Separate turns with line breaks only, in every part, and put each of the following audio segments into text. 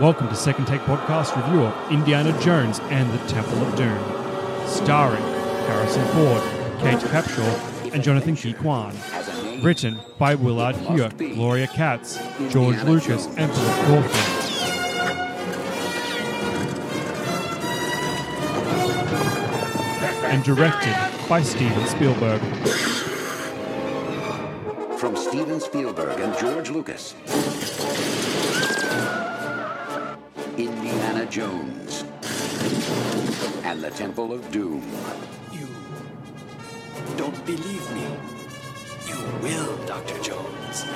Welcome to Second Take Podcast review of Indiana Jones and the Temple of Doom, starring Harrison Ford, Kate Capshaw, and Jonathan G. Kwan. Written by Willard Hewitt, Gloria Katz, George Lucas, and Philip Kaufman. And directed by Steven Spielberg.
From Steven Spielberg and George Lucas. Indiana Jones and the Temple of Doom.
You don't believe me. You will, Dr. Jones.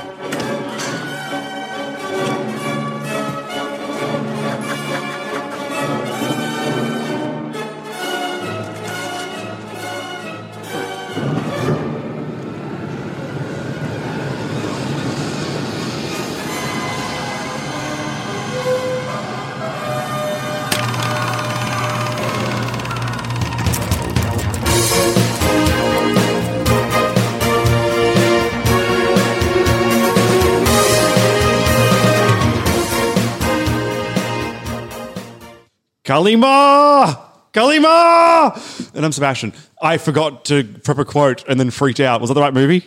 Kalima! Kalima! And I'm Sebastian. I forgot to prep a quote and then freaked out. Was that the right movie?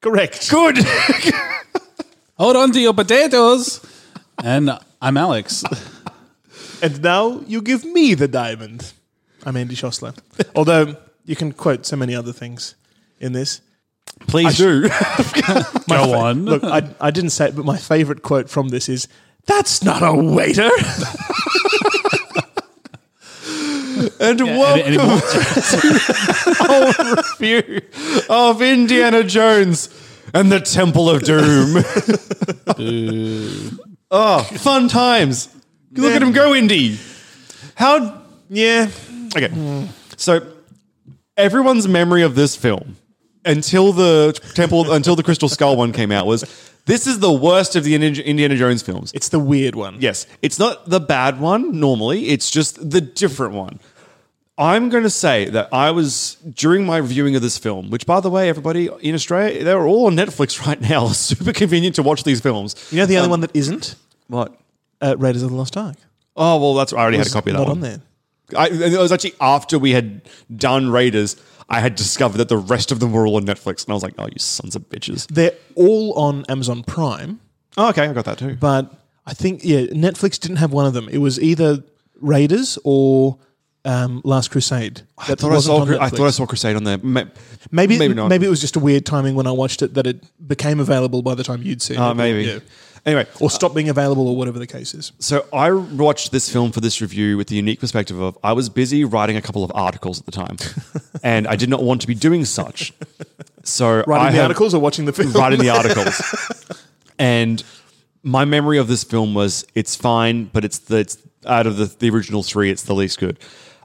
correct.
Good!
Hold on to your potatoes. And I'm Alex.
And now you give me the diamond. I'm Andy Schossler. Although you can quote so many other things in this.
Please do.
My
Go
Uh,
on.
Look, I, I didn't say it, but my favorite quote from this is That's not a waiter.
and
Any- any
welcome
more?
to our review of Indiana Jones and the Temple of Doom. oh, fun times. Look at him go, Indy. How
yeah.
Okay. So everyone's memory of this film until the temple until the crystal skull one came out was this is the worst of the Indi- Indiana Jones films.
It's the weird one.
Yes, it's not the bad one normally, it's just the different one. I'm going to say that I was during my viewing of this film, which by the way everybody in Australia, they're all on Netflix right now. Super convenient to watch these films.
You know the other one that isn't?
Um, What?
Uh, Raiders of the Lost Ark.
Oh, well that's I already had a
It's
copy of that
not
one.
on there.
I, and it was actually after we had done Raiders, I had discovered that the rest of them were all on Netflix, and I was like, "Oh, you sons of bitches!"
They're all on Amazon Prime,
Oh, okay, I got that too.
but I think, yeah, Netflix didn't have one of them. It was either Raiders or um, Last Crusade.
I thought I, saw, I thought I saw Crusade on there. Ma-
Maybe
maybe
maybe,
not.
it was just a weird timing when I watched it that it became available by the time you'd seen
Oh,
it.
maybe.
Yeah.
Anyway,
Or stopped being available or whatever the case is.
so I watched this film for this review with the unique perspective of I was busy writing a couple of articles at the time, and I did not want to be doing such. So
Writing
I
the
have-
articles or watching the film?
writing the articles. and my memory of this film was it's fine, but it's the it's out of the, the original three, it's the least good.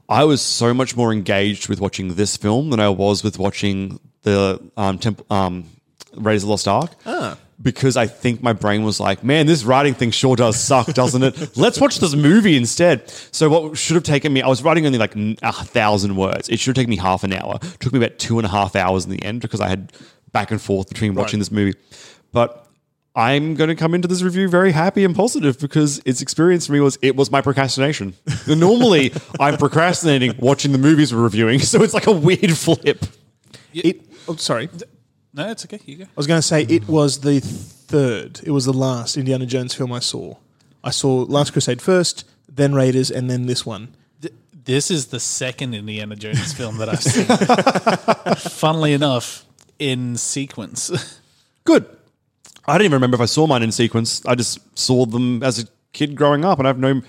I was so much more engaged with watching this film than I was with watching the um, temp, um, Raiders of the Lost Ark. Because I think my brain was like, man, this writing thing sure does suck, doesn't it? Let's watch this movie instead. So, what should have taken me, I was writing only like n- a thousand words. It should have taken me half an hour. It took me about two and a half hours in the end because I had back and forth between watching this movie. But I'm going to come into this review very happy and positive because its experience for me was it was my procrastination. Normally, I'm procrastinating watching the movies we're reviewing, so it's like a weird flip.
It, oh, sorry. I
No, it's okay. You go.
was going to say it was the third. It was the last Indiana Jones film I saw. I saw Last Crusade first, then Raiders, and then this one.
This is the second Indiana Jones film that I've seen. Funnily enough, in sequence.
Good. I don't even remember if I saw mine in sequence. I just saw them as a kid growing up, and I have no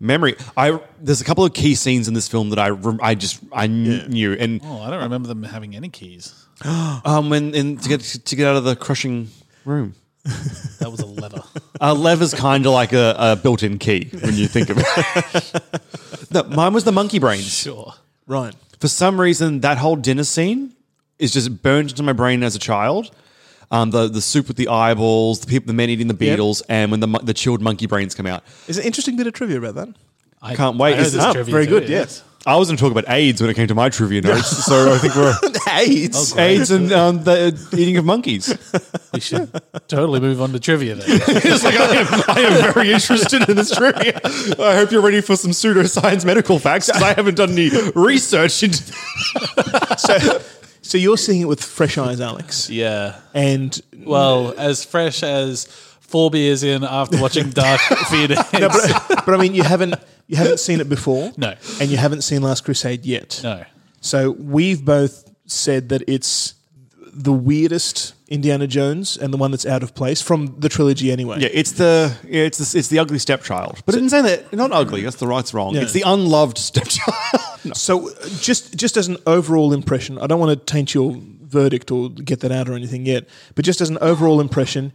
memory. I there's a couple of key scenes in this film that I rem- I just I kn- knew and
Oh, I don't remember them having any keys.
um when and to get to get out of the crushing room.
That was a lever.
A lever's kind of like a, a built-in key when you think of it. no, mine was the monkey brains.
sure.
Right.
for some reason that whole dinner scene is just burned into my brain as a child. Um, the the soup with the eyeballs, the people, the men eating the
Yep.
beetles, and when the mon- the chilled monkey brains come out.
Is an interesting bit of trivia about that?
I
Can't wait.
I heard
Is-
this
ah,
trivia
very
too,
good, yes.
I was going to talk about AIDS when it came to my trivia notes, so I think we're
AIDS.
AIDS and um, the eating of monkeys.
We should totally move on to trivia then.
It's like I am, I am very interested in this trivia. I hope you're ready for some pseudoscience medical facts because I haven't done any research into.
So you're seeing it with fresh eyes, Alex.
Yeah.
And
Well, as fresh as four beers in after watching Dark Theater.
no, but, but I mean, you haven't you haven't seen it before.
No.
And you haven't seen Last Crusade yet.
no.
So we've both said that it's the weirdest Indiana Jones and the one that's out of place from the trilogy anyway.
Yeah, it's the yeah, it's the, it's the ugly stepchild. But in saying that, not ugly. That's the right's wrong.
Yeah.
It's the unloved stepchild.
So uh, just just as an overall impression, I don't want to taint your verdict or get that out or anything yet, but just as an overall impression,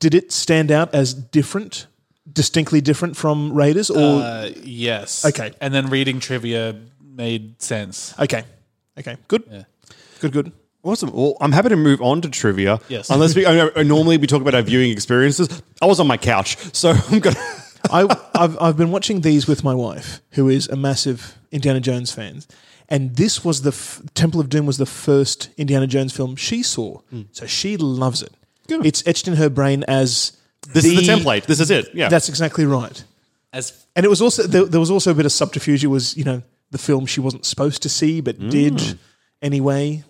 did it stand out as different, distinctly different from Raiders or
Uh, yes.
Okay.
And then reading trivia made sense.
okay. Okay. Good. Good good.
Awesome. Well, I'm happy to move on to trivia.
Yes.
Unless we I know- normally we talk about our viewing experiences. I was on my couch, so I'm gonna.
I, I've, I've been watching these with my wife, who is a massive Indiana Jones fan. And this was the f- Temple of Doom was the first Indiana Jones film she saw. So she loves it.
Hmm. Good.
It's etched in her brain as
This is the template. This is it. Yeah.
That's exactly right.
As
And it was also there, there was also a bit of subterfuge. It was you know the film she wasn't supposed to see but
Hmm.
did anyway.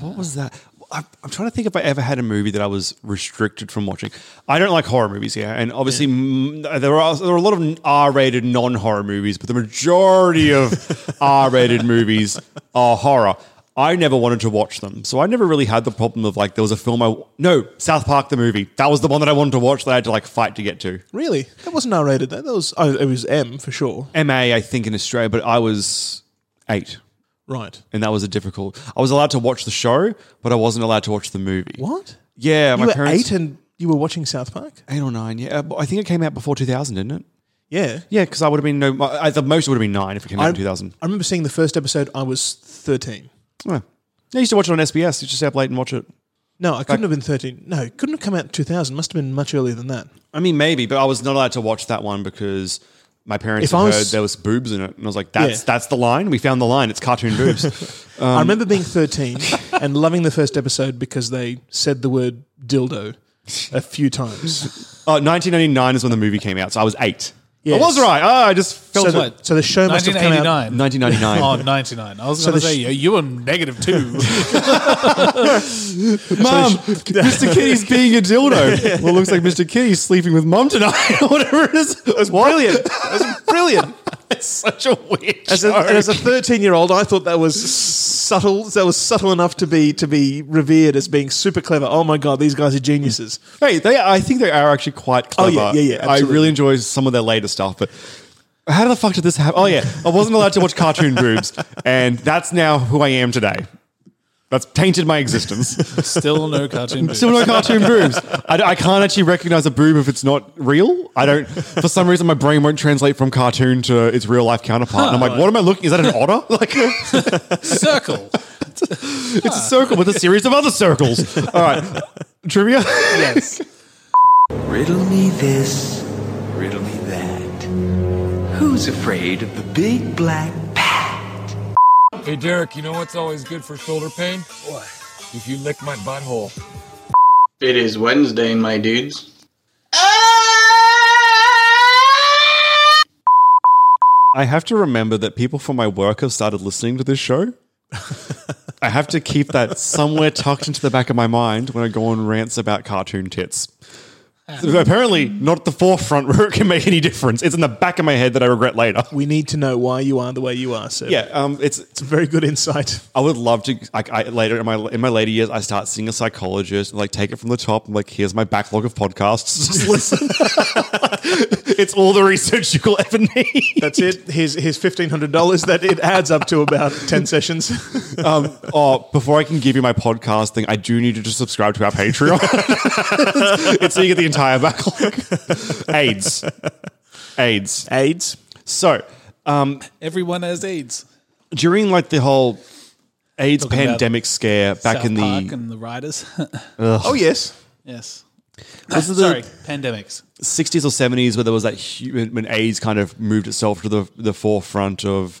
what was that? I'm, I'm trying to think if I ever had a movie that I was restricted from watching. I don't like horror movies here, and obviously mm, there are there are a lot of R-rated non-horror movies, but the majority of R-rated movies are horror. I never wanted to watch them, so I never really had the problem of like there was a film I no South Park the movie that was the one that I wanted to watch that I had to like fight to get to.
Really, that wasn't R rated though. That was oh, it was M for sure.
MA I think in Australia, but I was eight,
Right.
and that was a difficult. I was allowed to watch the show, but I wasn't allowed to watch the movie.
What?
Yeah,
you
my
were eight
parents.
and you were watching South Park.
eight or nine. Yeah, Uh, but I think it came out before two thousand, didn't it?
Yeah.
Yeah, because I would have been no. my- At the most, it would have been nine if it came out in two thousand.
I remember seeing the first episode. I was thirteen.
Yeah. I used to watch it on SBS. You just stay up late and watch it.
No, I couldn't have been thirteen. No, couldn't have come out in two thousand. Must have been much earlier than that.
I mean, maybe, but I was not allowed to watch that one because my parents
If
had
I was-
heard there was boobs in it, and I was like, "That's
Yeah.
that's the line. We found the line. It's cartoon boobs."
I remember being thirteen and loving the first episode because they said the word dildo a few times.
uh, 1999 is when the movie came out, so I was eight. I
Yes.
was right. Ah, I just felt
So
it.
the, so the show must have come out.
1989.
1999.
Oh, 99. I was
So
going
the
to say,
sh-
you- you were negative two.
Mom, Mr. Kitty's being a dildo. Well, it looks like Mr. Kitty's sleeping with mom tonight, or whatever it is. That's brilliant. That's brilliant. It's such a weird
As a,
joke.
as a thirteen-year-old, I thought that was subtle. That was subtle enough to be to be revered as being super clever. Oh my god, these guys are geniuses.
Hey, they, I think they are actually quite
Oh,
clever.
yeah, yeah, yeah,
I
absolutely.
really enjoy some of their later stuff, but how the fuck did this happen? Oh, yeah. I wasn't allowed to watch cartoon boobs, and that's now who I am today. That's tainted my existence.
Still no cartoon.
Still no cartoon boobs. I, I can't actually recognize a boob if it's not real. I don't. For some reason, my brain won't translate from cartoon to its real life counterpart. and I'm like, what am I looking? Is that an otter? Like,
circle.
it's a circle with a series of other circles. All right, trivia.
Yes.
Riddle me this, riddle me that. Who's afraid of the big black bat?
Hey, Derek, you know what's always good for shoulder pain? What? If you lick my butthole.
It is Wednesday, my dudes.
I have to remember that people from my work have started listening to this show. I have to keep that somewhere tucked into the back of my mind when I go on rants about cartoon tits. So apparently, not at the forefront where it can make any difference. It's in the back of my head that I regret later.
We need to know why you are the way you are. So
Yeah, um, it's it's
a very good insight.
I would love to. Like, I later in my in my later years, I start seeing a psychologist and like take it from the top. And like, here's my backlog of podcasts. Just listen. it's all the research you will ever need.
That's it. Here's here's fifteen hundred dollars that it adds up to about ten sessions.
um, oh, before I can give you my podcast thing, I do need you to subscribe to our Patreon. it's so you get the entire backlog. AIDS, AIDS,
AIDS.
So, um,
Everyone has AIDS.
during like the whole AIDS
Talking about
pandemic scare back
South
in
Park
the
and the writers.
Ugh.
Oh yes.
yes.
Was it the-
Sorry, pandemics.
60s or 70s where there was that human when AIDS kind of moved itself to the the forefront of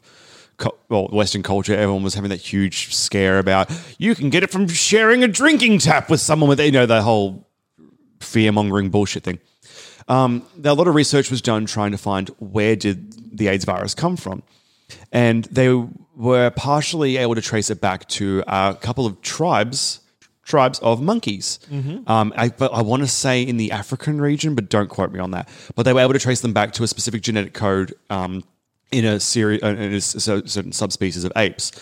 co- well Western culture. Everyone was having that huge scare about you can get it from sharing a drinking tap with someone with you know the whole fear mongering bullshit thing. Um, now, a lot of research was done trying to find where did the AIDS virus come from, and they were partially able to trace it back to a couple of tribes tribes of monkeys. Um, I, but I want to say in the African region, but don't quote me on that. But they were able to trace them back to a specific genetic code um, in a series, in a s- so- certain subspecies of apes,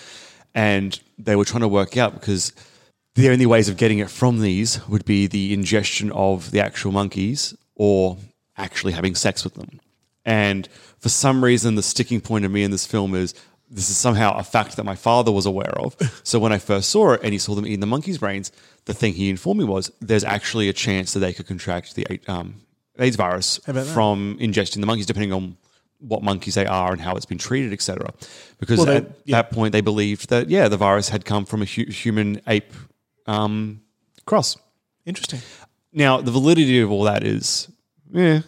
and they were trying to work out because the only ways of getting it from these would be the ingestion of the actual monkeys or actually having sex with them. And for some reason, the sticking point of me in this film is this is somehow a fact that my father was aware of. So when I first saw it and he saw them eating the monkey's brains, the thing he informed me was there's actually a chance that they could contract the um, AIDS virus
How about that?
from ingesting the monkeys, depending on what monkeys they are and how it's been treated, etc. Because
Well, they-
at that point, they believed that yeah, the virus had come from a hu- human ape um, cross.
Interesting.
Now, the validity of all that is, yeah.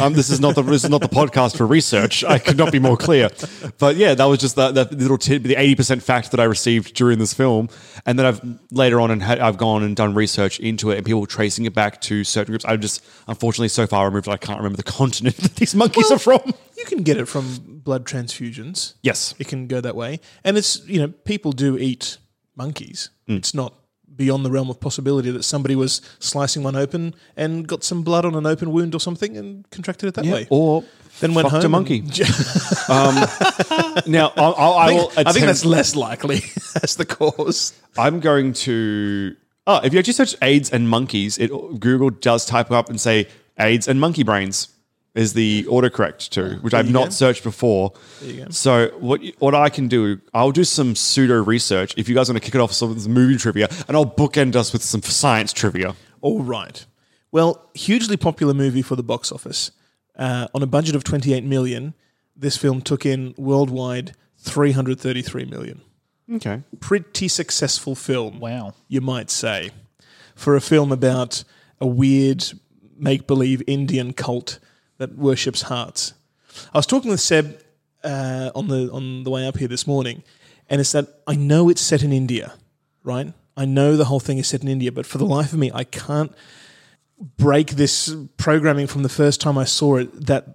Um, this is not the this is not the podcast for research. I could not be more clear. But yeah, that was just that, that little tidbit, the eighty percent fact that I received during this film, and then I've later on and had, I've gone and done research into it, and people tracing it back to certain groups. I'm just unfortunately so far removed, I can't remember the continent that these monkeys are from.
You can get it from blood transfusions.
Yes.
It can go that way. And it's, you know, people do eat monkeys.
Hmm.
It's not beyond the realm of possibility that somebody was slicing one open and got some blood on an open wound or something and contracted it that way.
Or
Then went
fucked
home
a
and-
monkey. um, now I'll, I'll, I
I
will
think, I think
attempt-
that's less likely as the cause.
I'm going to. Oh, if you actually search AIDS and monkeys, it Google does type up and say AIDS and monkey brains is the autocorrect to, which I've not searched before. So what you- what I can do, I'll do some pseudo research. If you guys want to kick it off with some of this movie trivia, and I'll bookend us with some science trivia.
All right. Well, hugely popular movie for the box office. Uh, on a budget of 28 million, this film took in worldwide 333 million.
Okay.
Pretty successful film.
Wow.
you might say, for a film about a weird make believe Indian cult that worships hearts. I was talking with Seb uh, on the on the way up here this morning, and it's that I know it's set in India, right? I know the whole thing is set in India, but for the life of me, I can't break this programming from the first time I saw it that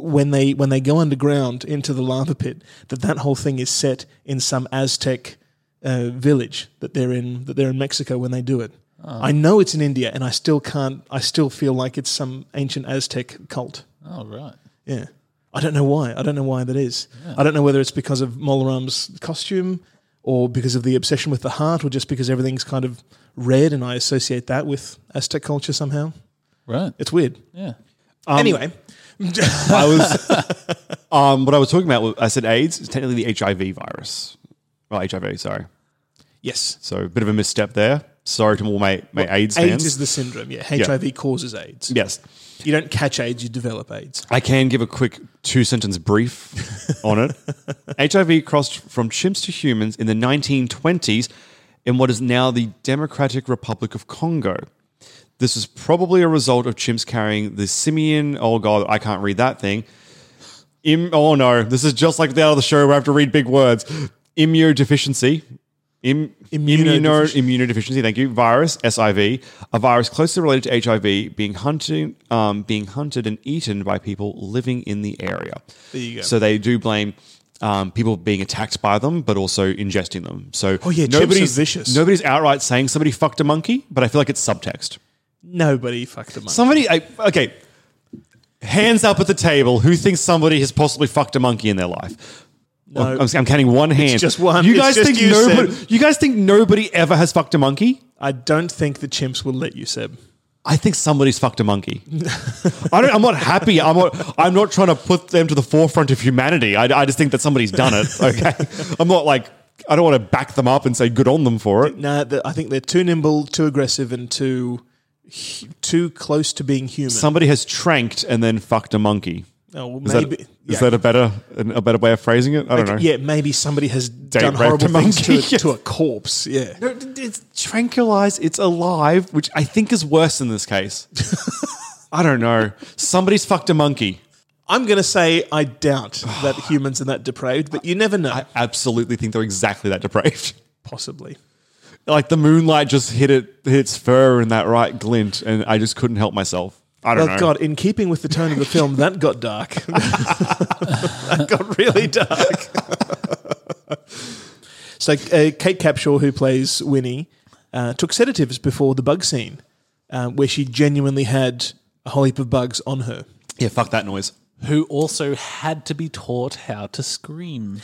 when they when they go underground into the lava pit that that whole thing is set in some Aztec uh, village that they're in that they're in Mexico when they do it.
Ah.
I know it's in India, and I still can't. I still feel like it's some ancient Aztec cult.
Oh, right.
Yeah, I don't know why. I don't know why that is. I don't know whether it's because of Molaram's costume, or because of the obsession with the heart, or just because everything's kind of red, and I associate that with Aztec culture somehow.
Right.
It's weird.
Yeah.
anyway,
Um, I was um, what I was talking about. was- I said AIDS is technically the HIV virus. Well, HIV, sorry.
yes,
So a bit of a misstep there. Sorry to all my, my AIDS fans.
AIDS is the syndrome. Yeah, HIV causes AIDS.
yes.
You don't catch AIDS; you develop AIDS.
I can give a quick two sentence brief on it. HIV crossed from chimps to humans in the 1920s in what is now the Democratic Republic of Congo. This is probably a result of chimps carrying the simian. Oh, God, I can't read that thing. Im, oh, no. This is just like the other show where I have to read big words. Immunodeficiency. Im, immuno,
Immunodeficiency.
immunodeficiency, thank you. Virus, SIV, a virus closely related to HIV, being hunted, um, being hunted and eaten by people living in the area. There
you go.
So they do blame um, people being attacked by them, but also ingesting them. So
Oh, yeah, chimps are
nobody's
vicious.
Nobody's outright saying somebody fucked a monkey, but I feel like it's subtext.
Nobody fucked a monkey.
Somebody, I, okay, hands up at the table. Who thinks somebody has possibly fucked a monkey in their life?
No.
I'm, I'm counting one hand.
just one.
You
It's
guys
just
think
you,
nobody?
Seb.
You guys think nobody ever has fucked a monkey?
I don't think the chimps will let you, Seb.
I think somebody's fucked a monkey. I don't, I'm not happy. I'm not. I'm not trying to put them to the forefront of humanity. I, I just think that somebody's done it. Okay, I'm not like I don't want to back them up and say good on them for it.
No, the, I think they're too nimble, too aggressive, and too hu- too close to being human.
Somebody has tranked and then fucked a monkey.
Oh, well,
is that,
maybe-
is
yeah.
that a better a better way of phrasing it? I don't know.
Yeah, maybe somebody has done
raped
horrible
a
things to a,
monkey.
to a corpse. Yeah.
No, it's tranquilized. It's alive, which I think is worse in this case. I don't know. Somebody's fucked a monkey.
I'm going to say I doubt that humans are that depraved, but you never know.
I absolutely think they're exactly that depraved.
Possibly.
Like the moonlight just hit it, hit its fur in that right glint, and I just couldn't help myself. I don't
well,
know.
God, in keeping with the tone of the film, that got dark. that got really dark. so, uh, Kate Capshaw, who plays Winnie, uh, took sedatives before the bug scene, uh, where she genuinely had a whole heap of bugs on her.
Yeah, fuck that noise.
Who also had to be taught how to scream.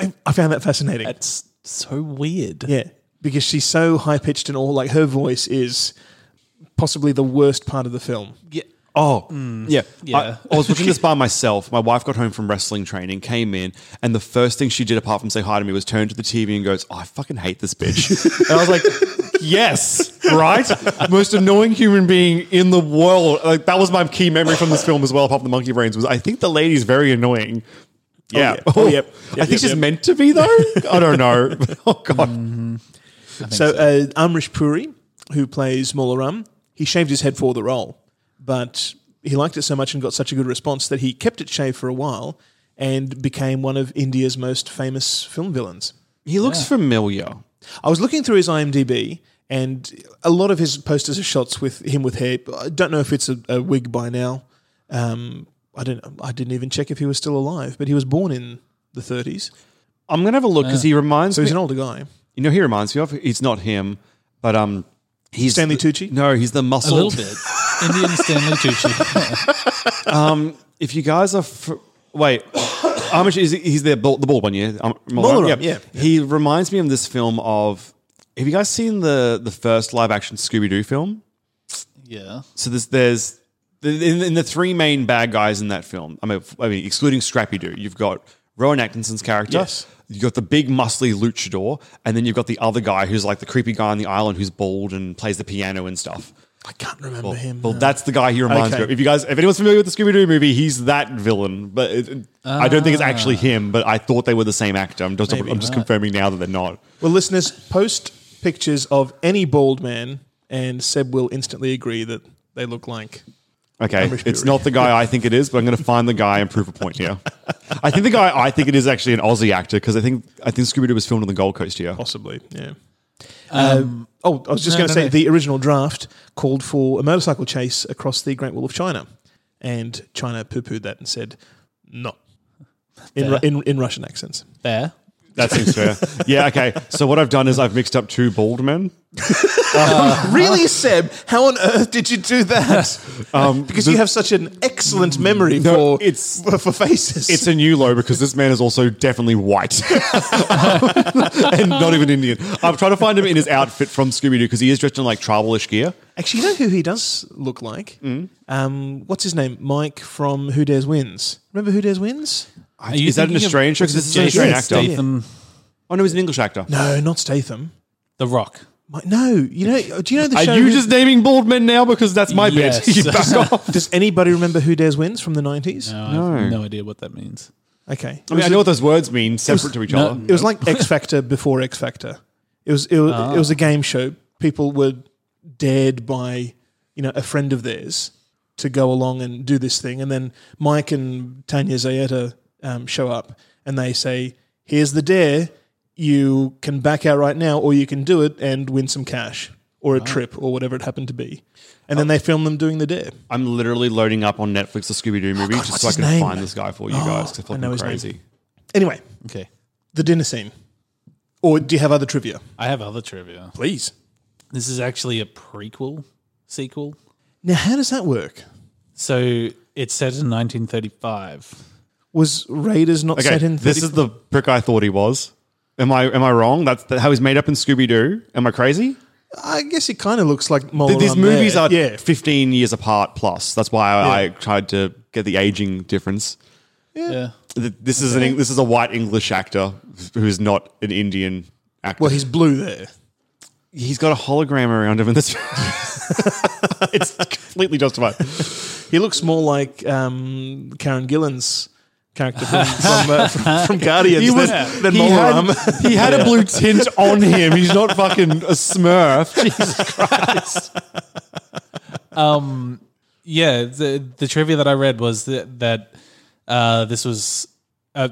I, I found that fascinating.
That's so weird.
Yeah, because she's so high pitched and all. Like her voice is possibly the worst part of the film.
Yeah.
Oh, yeah.
Yeah.
I, I was watching this by myself. My wife got home from wrestling training, came in, and the first thing she did apart from say hi to me was turn to the TV and goes, oh, I fucking hate this bitch. and I was like, yes, right? Most annoying human being in the world. Like that was my key memory from this film as well, apart from the monkey brains, was I think the lady's very annoying. Yeah.
yeah. Oh, yep.
I
Yep,
think
yep,
she's
yep.
meant to be though. I don't know. Oh god.
So, Uh, Amrish Puri, who plays Molaram, he shaved his head for the role, but he liked it so much and got such a good response that he kept it shaved for a while and became one of India's most famous film villains.
He looks familiar.
I was looking through his IMDb, and a lot of his posters are shots with him with hair. I don't know if it's a, a wig by now. Um, I don't. I didn't even check if he was still alive, but he was born in the 30s,
I'm gonna have a look because he reminds
so
me
he's an older guy.
You know, who he reminds me of. It's not him, but um, he's
Stanley
the-
Tucci?
No, he's the
A
muscle.
little bit. Indian Stanley Tucci.
Um, If you guys are fr- wait, Amish is he's the bald, the bald one, yeah. Um,
Molaram,
Yep.
yeah.
He reminds me of this film of. Have you guys seen the the first live action Scooby Doo film?
Yeah.
So there's there's in, in the three main bad guys in that film. I mean, f- I mean, excluding Scrappy Doo, you've got Rowan Atkinson's character.
Yes.
You've got the big muscly luchador, and then you've got the other guy who's like the creepy guy on the island who's bald and plays the piano and stuff.
I can't remember
Well,
him.
well,
no.
that's the guy he reminds
Okay.
me of. If you guys, if anyone's familiar with the Scooby Doo movie, he's that villain. But it, it- I don't think it's actually
Ah.
him. But I thought they were the same actor. I'm just, I'm just confirming now that they're not.
well, listeners, post pictures of any bald man, and Seb will instantly agree that they look like.
Okay,
Amrish
it's
Puri.
not the guy I think it is. But I'm going to find the guy and prove a point here. I think the guy I think it is actually an Aussie actor because I think I think Scooby Doo was filmed on the Gold Coast here.
Possibly, yeah. Um, oh, I was just
no,
going to
no,
say
no.
the original draft called for a motorcycle chase across the Great Wall of China, and China poo-pooed that and said no in, Ru- in in Russian accents.
There.
That seems fair. yeah. Okay. So what I've done is I've mixed up two bald men.
really, Seb? How on earth did you do that? because you have such an excellent memory
Um, No,
for
it's-
for, for faces.
It's a new low because this man is also definitely white and not even Indian. I'm trying to find him in his outfit from Scooby Doo because he is dressed in like tribalish gear.
Actually, you know who he does look like?
Mm.
Um, what's his name? Mike from Who Dares Wins. Remember Who Dares Wins?
Are you
is that an
thinking of-
Australian show? 'Cause this is an
Jason
Australian actor.
Statham,
Oh no, he's an English actor.
No, not Statham.
The Rock.
Mi- No, you know. Do you know the
Are
show?
you
Who-
just naming bald men now because that's my
Yes.
bit? You back off.
Does anybody remember Who Dares Wins from the nineties?
No, I
Hmm.
have no idea what that means.
Okay,
I mean, I know what those words mean, separate to each other.
it was like X Factor before X Factor. It was it was, it was a game show. People were dared by you know a friend of theirs to go along and do this thing, and then Mike and Tanya Zayeta um, show up and they say, "Here's the dare. You can back out right now, or you can do it and win some cash or a trip or whatever it happened to be." And then they film them doing the dare.
I'm literally loading up on Netflix the Scooby Doo movie
God,
just
Oh, what's
so I
his
can
name? Oh,
find this guy for you guys. 'cause I feel
I know
like
his
I'm
name.
crazy.
Anyway,
Okay.
the dinner scene. Or do you have other trivia?
I have other trivia.
Please.
This is actually a prequel, sequel
Now, how does that work?
So it's set in 1935.
Was Raiders not set in? 30-
this is the prick I thought he was. Am I am I wrong? That's the, how he's made up in Scooby Doo. Am I crazy?
I guess it kind of looks like Mole
Th- These
Run
movies
there.
are fifteen years apart plus. That's why I, I tried to get the aging difference.
Yeah.
Th- This is an Eng- this is a white English actor who's not an Indian actor.
Well, he's blue there.
he's got a hologram around him, and this it's completely justified.
He looks more like um, Karen Gillan's character from, from, uh, from, from Guardians
He was-
than, than
he
Mole
had-
Ram.
he had a blue tint on him. He's not fucking a Smurf. Jesus Christ.
Um, yeah. The the trivia that I read was that that uh, this was a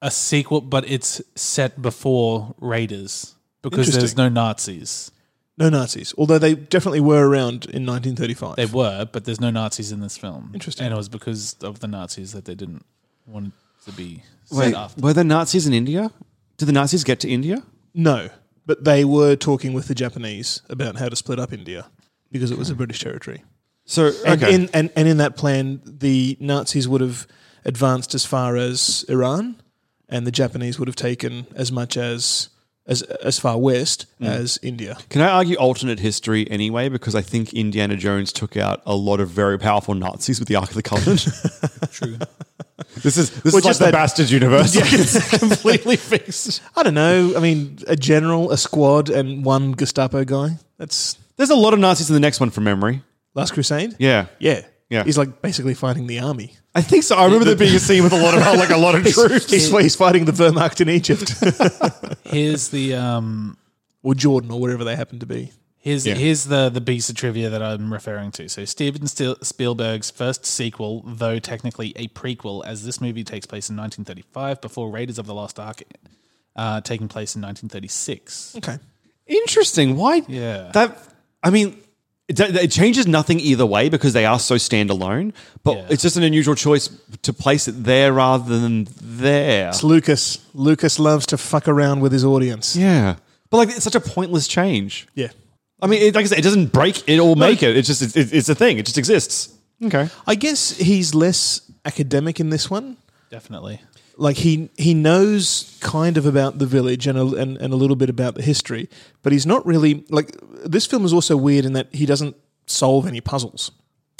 a sequel, but it's set before Raiders because there's
Interesting.
no Nazis.
No Nazis, although they definitely were around in 1935.
They were, but there's no Nazis in this film.
Interesting.
And it was because of the Nazis that they didn't want it to be set
Wait,
after.
were the Nazis in India? Did the Nazis get to India?
No, but they were talking with the Japanese about how to split up India because it was a British territory.
So
And,
okay.
in, and, and in that plan, the Nazis would have advanced as far as Iran, and the Japanese would have taken as much as as as far west
Mm.
as India.
Can I argue alternate history anyway? Because I think Indiana Jones took out a lot of very powerful Nazis with the Ark of the Covenant.
True.
this is this
Well,
is like
just
the
that-
Bastard universe. Like, it's completely fixed.
I don't know. I mean, a general, a squad, and one Gestapo guy. That's
There's a lot of Nazis in the next one from memory.
Last Crusade.
Yeah.
Yeah.
Yeah.
He's like basically fighting the army.
I think so. I remember there being a scene with a lot of like a lot of
He's,
troops.
he's, he's fighting the Wehrmacht in Egypt
Here's the um
or Jordan or wherever they happen to be.
Here's
Yeah.
here's the the piece of trivia that I'm referring to. So Steven Stil- Spielberg's first sequel, though technically a prequel, as this movie takes place in 1935 before Raiders of the Lost Ark, uh, taking place in 1936.
Okay.
Interesting. Why?
Yeah.
That. I mean, it, it changes nothing either way because they are so standalone. But
Yeah.
it's just an unusual choice to place it there rather than there.
It's Lucas. Lucas loves to fuck around with his audience.
Yeah. But like, it's such a pointless change.
Yeah.
I mean, it, like I said, it doesn't break it or make it. It's just it's- it's, it's a thing. It just exists. Okay.
I guess he's less academic in this one.
Definitely.
Like he he knows kind of about the village and a, and, and a little bit about the history, but he's not really like this film is also weird in that he doesn't solve any puzzles.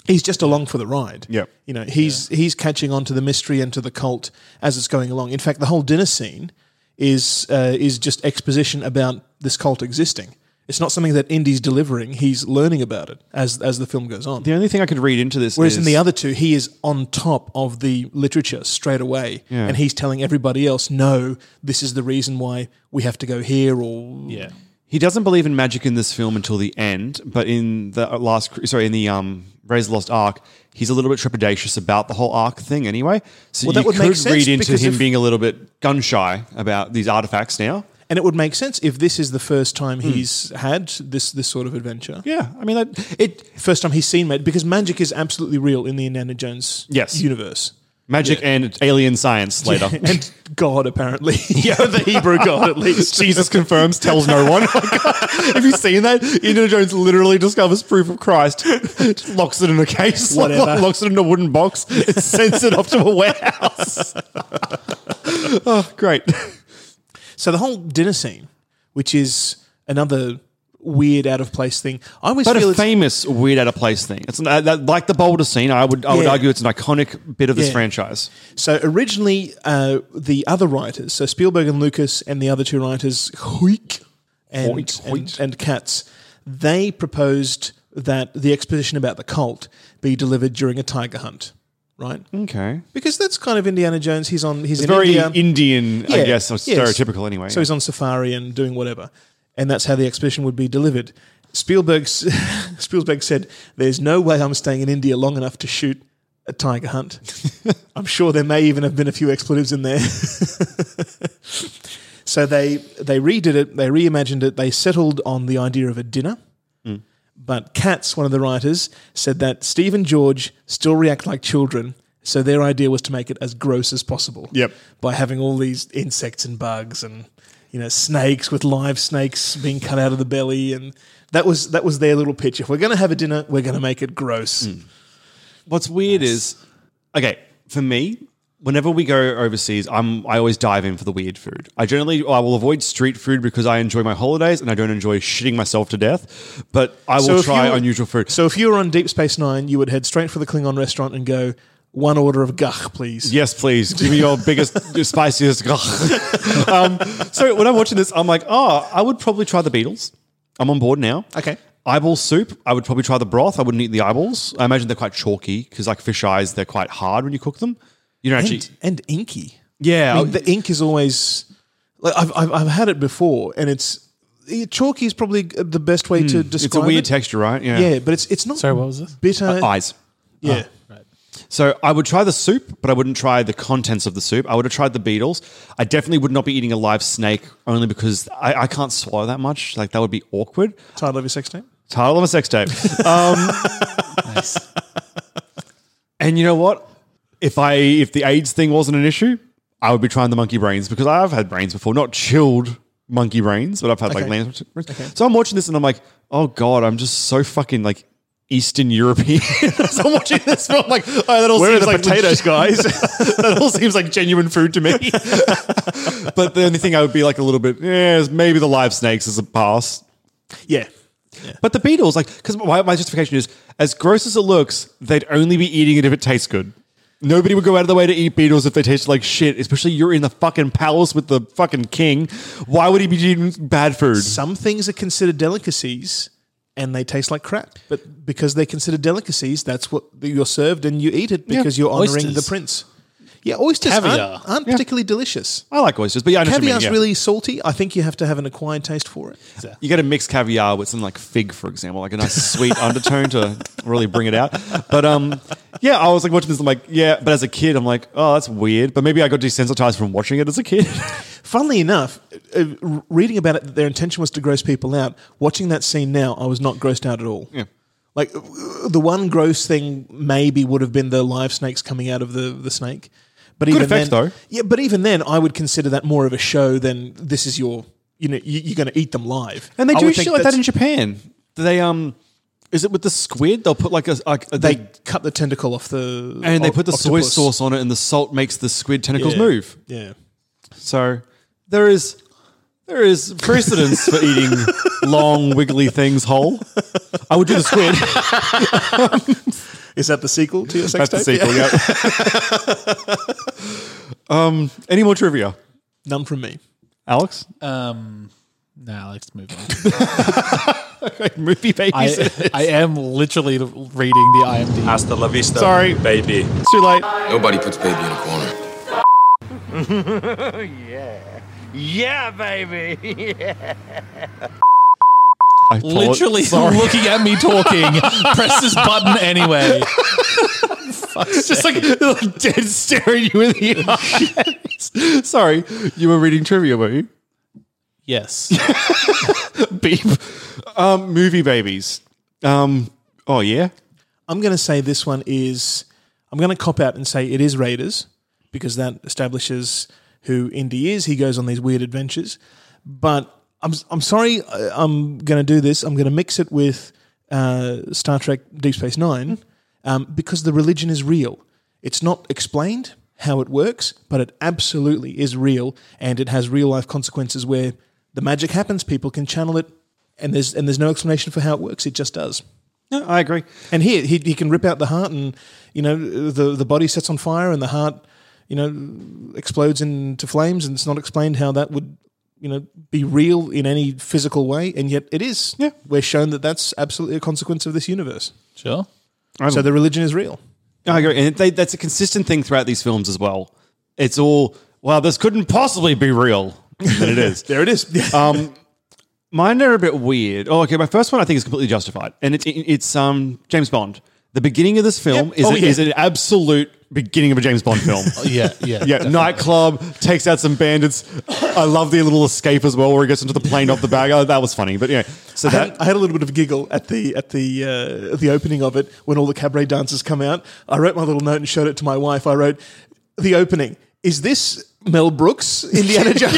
He's just along for the ride.
Yep.
You know, he's he's catching on to the mystery and to the cult as it's going along. In fact, the whole dinner scene is uh, is just exposition about this cult existing. It's not something that Indy's delivering. He's learning about it as as the film goes on.
The only thing I could read into this
Whereas
is
in the other two, he is on top of the literature straight away,
Yeah.
and he's telling everybody else, "No, this is the reason why we have to go here." Or
Yeah.
he doesn't believe in magic in this film until the end. But in the last, sorry, in the um, Raise the Lost Ark, he's a little bit trepidatious about the whole Ark thing. Anyway, so
Well, that
you
would
could
make sense
read into
because
him
if-
being a little bit gun shy about these artifacts now.
and it would make sense if this is the first time he's had this this sort of adventure.
Yeah, I mean, that, it
First time he's seen magic because magic is absolutely real in the Indiana Jones
Yes.
universe.
magic and alien science later.
and God apparently, yeah, the Hebrew God at least.
Jesus confirms, tells no one. Oh Have you seen that? Indiana Jones literally discovers proof of Christ, locks it in a case,
Whatever.
locks it in a wooden box, and sends it off to a warehouse. oh, great.
So the whole dinner scene, which is another weird, out of place thing. I always
But
feel
a
it's-
famous Weird Out of Place thing. It's an, uh, that, like the Boulder scene. I would I would
Yeah.
argue it's an iconic bit of this
Yeah.
franchise.
So originally, uh, the other writers, so Spielberg and Lucas, and the other two writers, Hoik and,
Hoyt, Hoyt.
and and Katz, they proposed that the exposition about the cult be delivered during a tiger hunt, right?
Okay,
Because that's kind of Indiana Jones. He's on. He's
it's
in
very
India.
Indian, I
Yeah,
guess, or
yes.
stereotypical anyway.
So he's on safari and doing whatever, and that's how the exhibition would be delivered. Spielberg's Spielberg said, "There's no way I'm staying in India long enough to shoot a tiger hunt. I'm sure there may even have been a few expletives in there." so they they redid it, they reimagined it, they settled on the idea of a dinner. But Katz, one of the writers, said that Steve and George still react like children, so their idea was to make it as gross as possible.
Yep.
By having all these insects and bugs and you know snakes with live snakes being cut out of the belly, and that was that was their little pitch. If we're going to have a dinner, we're going to make it gross.
Mm. What's weird is, okay, for me, whenever we go overseas, I'm I always dive in for the weird food. I generally I will avoid street food because I enjoy my holidays and I don't enjoy shitting myself to death. But I
So
will
if
try
you were-
unusual food.
So if you were on Deep Space Nine, you would head straight for the Klingon restaurant and go one order of gach, please.
Yes, please. Give me your biggest, your spiciest. um, so when I'm watching this, I'm like, oh, I would probably try the Beatles. I'm on board now.
Okay.
Eyeball soup. I would probably try the broth. I wouldn't eat the eyeballs. I imagine they're quite chalky because, like fish eyes, they're quite hard when you cook them. You don't actually.
and, and inky.
Yeah.
I mean, the ink is always like I've, I've I've had it before, and it's eh, chalky is probably the best way to
Hmm. it's
describe.
a weird
it.
texture, right? Yeah.
Yeah, but it's it's not.
Sorry, what was this?
Bitter
Uh, eyes.
Yeah.
So I would try the soup, but I wouldn't try the contents of the soup. I would have tried the beetles. I definitely would not be eating a live snake only because I, I can't swallow that much. Like that would be awkward.
Title of your sex name?
Title of a sex tape. Um, And you know what? If I if the AIDS thing wasn't an issue, I would be trying the monkey brains because I've had brains before, not chilled monkey brains, but I've had like
Okay.
lamb brains. So I'm watching this and I'm like, oh god, I'm just so fucking like Eastern European. so I'm watching this film like, oh, that all
Where are the
seems like
potatoes,
legit-
guys?
that all seems like genuine food to me. but the only thing I would be like a little bit, yeah, is maybe the live snakes is a pass.
Yeah.
But the Beatles, like, because my, my justification is as gross as it looks, they'd only be eating it if it tastes good. Nobody would go out of the way to eat Beatles if they tasted like shit, especially you're in the fucking palace with the fucking king. Why would he be eating bad food?
Some things are considered delicacies, and they taste like crap. But because they're considered delicacies, that's what you're served, and you eat it because you're honoring
Oysters.
the prince. Yeah, oysters
Caviar.
aren't, aren't particularly delicious.
I like oysters, but yeah, I know what you mean,
Caviar's
yeah.
really salty. I think you have to have an acquired taste for it.
You get a mixed caviar with something like fig, for example, like a nice sweet undertone to really bring it out. But um, yeah, I was like watching this. I'm like, yeah. But as a kid, I'm like, oh, that's weird. But maybe I got desensitized from watching it as a kid.
Funnily enough, uh, uh, reading about it, that their intention was to gross people out. Watching that scene now, I was not grossed out at all.
Yeah.
Like uh, the one gross thing maybe would have been the live snakes coming out of the, the snake. But
Good
even
effect,
then,
though.
Yeah, but even then, I would consider that more of a show than this is your. You know, you, you're going to eat them live,
And they
I
do
would think
shit like that
that's-
in Japan. They um, is it with the squid? They'll put like a like
They
they
cut the tentacle off the
and they
oc-
put the soy
octopus.
sauce on it, and the salt makes the squid tentacles
Yeah.
move.
Yeah,
So there is there is precedence for eating long wiggly things whole. I would do the squid.
is that the sequel to your sex
That's the
tape? Yeah.
sequel. Yeah. um, any more trivia,
None from me.
Alex?
Um, now let's move on.
Movie babies.
I, I am literally reading the IMDb.
Hasta la vista,
Sorry.
baby.
Too late.
Nobody puts baby in a corner.
I apolo-
literally
Sorry.
looking at me talking. press this button anyway.
just like, like dead staring you in the eyes. Sorry, you were reading trivia, were you?
Yes.
Beep. Um, movie babies. Um, oh yeah,
I'm going to say this one is. I'm going to cop out and say it is Raiders because that establishes who Indy is. He goes on these weird adventures. But I'm I'm sorry. uh, I'm going to do this. I'm going to mix it with uh, Star Trek Deep Space Nine um, because the religion is real. It's not explained how it works, but it absolutely is real, and it has real life consequences where the magic happens. People can channel it, and there's and there's no explanation for how it works. It just does.
no, I agree.
And here he, he can rip out the heart, and you know the the body sets on fire, and the heart, you know, explodes into flames, and it's not explained how that would, you know, be real in any physical way, and yet it is.
Yeah.
we're shown that that's absolutely a consequence of this universe.
Sure.
so the religion is real.
I agree, and they, that's a consistent thing throughout these films as well. It's all well, this couldn't possibly be real, and it is.
There it is.
Um, mine are a bit weird. Oh, okay. My first one I think is completely justified, and it's it's um James Bond. The beginning of this film is,
Oh,
a-
yeah.
is an absolute beginning of a James Bond film.
Yeah. Yeah.
Yeah, nightclub takes out some bandits. I love the little escape as well, where he gets into the plane off the bag. Oh, that was funny, but yeah. So
I had,
that
I had a little bit of a giggle at the at the uh, at the opening of it when all the cabaret dancers come out. I wrote my little note and showed it to my wife. I wrote the opening. Is this Mel Brooks, Indiana Jones.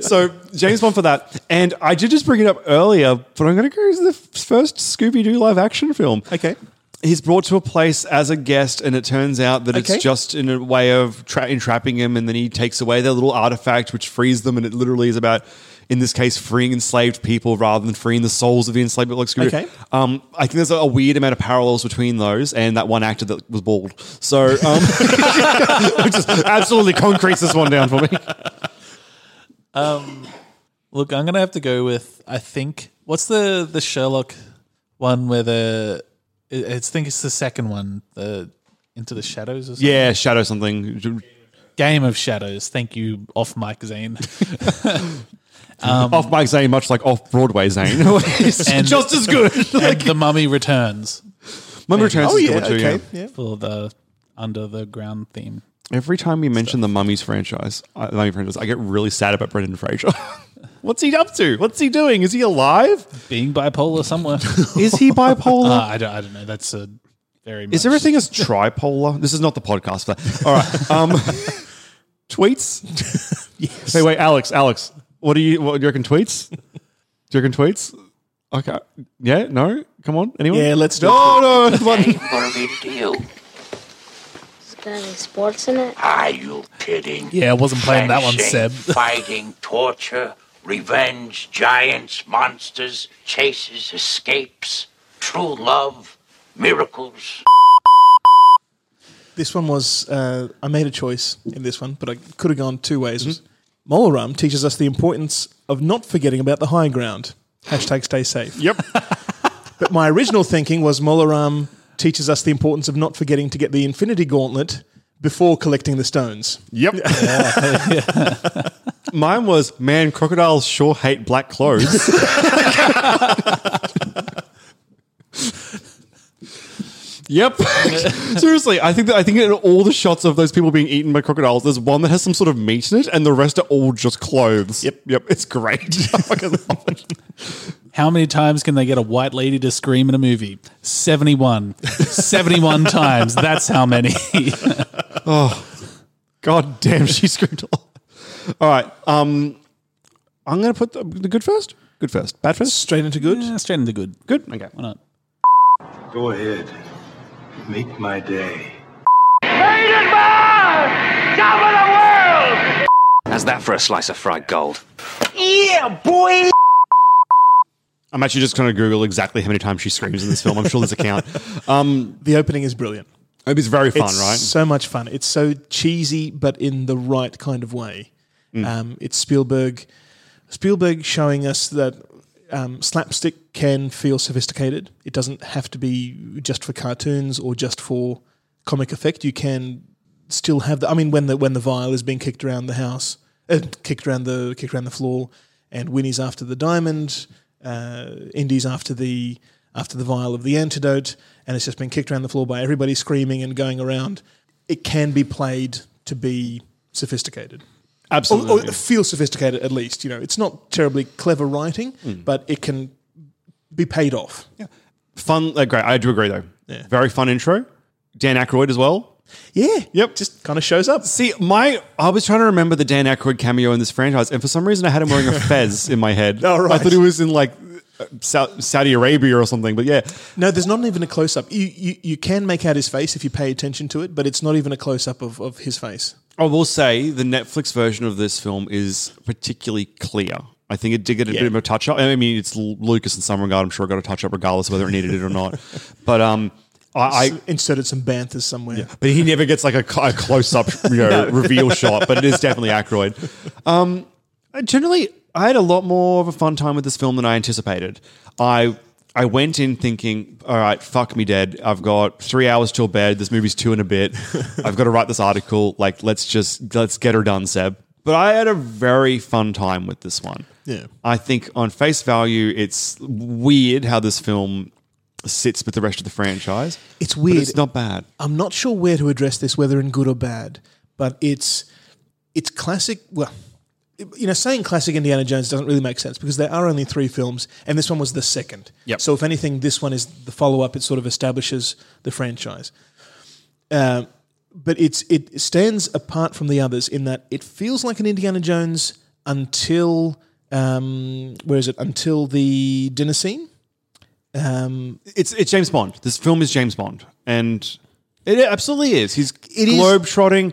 so James Bond for that, and I did just bring it up earlier, but I'm going to go to the f- first Scooby Doo live action film.
Okay.
He's brought to a place as a guest, and it turns out that
Okay.
it's just in a way of tra- entrapping him, and then he takes away their little artifact, which frees them, and it literally is about, in this case, freeing enslaved people rather than freeing the souls of the enslaved people. Like Scooby.
Okay.
Um, I think there's a, a weird amount of parallels between those and that one actor that was bald. So, um, which just absolutely concretes this one down for me.
Um, look, I'm gonna have to go with I think what's the the Sherlock one where the it- it's I think it's the second one the Into the Shadows or something.
Yeah, Shadow something.
Game of Shadows. Thank you, off mic Zane.
off mic Zane, much like off Broadway Zane. It's
And-
just as good.
and the Mummy Returns.
Mummy Returns
Oh,
is a
yeah,
good one too.
okay.
yeah.
Yeah.
for the under the ground theme.
Every time you mention the Mummies franchise, uh, the Mummy franchise, I get really sad about Brendan Fraser. What's he up to? What's he doing? Is he alive?
Being bipolar somewhere.
Is he
Uh,
bipolar?
I don't. I don't know. That's a very. Much
is everything as tripolar? This is not the podcast for that. All right. Um, tweets. yes. Hey, wait, Alex. Alex, what do you what do you reckon? Tweets? Do you reckon tweets? Okay. Yeah. No. Come on. Anyone?
Yeah, let's do
No. No. One.
Got any sports in it?
Are you kidding?
Yeah, I wasn't playing that one,
Fencing,
Seb.
fighting, torture, revenge, giants, monsters, chases, escapes, true love, miracles.
This one was uh, I made a choice in this one, but I could have gone two ways.
Mm-hmm.
Molaram teaches us the importance of not forgetting about the high ground. Hashtag stay safe.
Yep.
but my original thinking was Molaram teaches us the importance of not forgetting to get the Infinity Gauntlet before collecting the stones.
Yep. Mine was man. Crocodiles sure hate black clothes. yep. Seriously, I think that I think in all the shots of those people being eaten by crocodiles, there's one that has some sort of meat in it, and the rest are all just clothes. Yep. Yep. It's great. I fucking love it.
How many times can they get a white lady to scream in a movie? 71. 71 times. That's how many.
Oh, god damn, she screamed a lot. All right, um, I'm gonna put the, the good first. Good first, bad first.
Straight into good.
Yeah, straight into good.
Good. Okay.
Why not?
Go ahead. Make my day.
Top of the world!
How's that for a slice of fried gold?
Yeah, boy!
I'm actually just going to Google exactly how many times she screams in this film. I'm sure there's a count. Um,
The opening is brilliant.
it's very fun,
it's
right?
So much fun. It's so cheesy, but in the right kind of way.
Mm.
Um, it's Spielberg, Spielberg showing us that um, slapstick can feel sophisticated. It doesn't have to be just for cartoons or just for comic effect. You can still have the. I mean, when the when the vial is being kicked around the house, uh, kicked around the kicked around the floor, and Winnie's after the diamond, uh, Indy's after the after the vial of the antidote, and it's just been kicked around the floor by everybody screaming and going around. It can be played to be sophisticated.
Absolutely.
Or, or feel sophisticated at least. You know, it's not terribly clever writing,
Mm.
but it can be paid off.
Fun, uh, great. I do agree though.
Yeah.
Very fun intro. Dan Aykroyd as well.
Yeah.
Yep.
Just kind of shows up.
See, my I was trying to remember the Dan Aykroyd cameo in this franchise, and for some reason I had him wearing a fez in my head.
Oh,
I
right.
thought he was in like uh, Sau- Saudi Arabia or something, but yeah,
No, there's not even a close up. You, you you can make out his face if you pay attention to it, but it's not even a close up of, of his face.
I will say the Netflix version of this film is particularly clear. I think it did get a bit of a touch up. I mean, it's L- Lucas in some regard. I'm sure it got a touch up regardless of whether it needed it or not. But um, I, I
S- inserted some banthas somewhere.
but he never gets like a, close up you know,
No.
reveal shot. But it is definitely Aykroyd. Um, I generally, I had a lot more of a fun time with this film than I anticipated. I I went in thinking, all right, fuck me dead. I've got three hours till bed. This movie's two and a bit. I've got to write this article. Like, let's just let's get her done, Seb. But I had a very fun time with this one.
Yeah.
I think on face value, it's weird how this film sits with the rest of the franchise.
It's
but
weird.
it's not bad.
I'm not sure where to address this, whether in good or bad, but it's it's classic. Well, you know, saying classic Indiana Jones doesn't really make sense because there are only three films, and this one was the second.
Yep.
So if anything, this one is the follow up. It sort of establishes the franchise. Uh, but it's it stands apart from the others in that it feels like an Indiana Jones until um, where is it? Until the dinner scene. Um,
it's it's James Bond. This film is James Bond, and it absolutely is. He's
is-
globe trotting,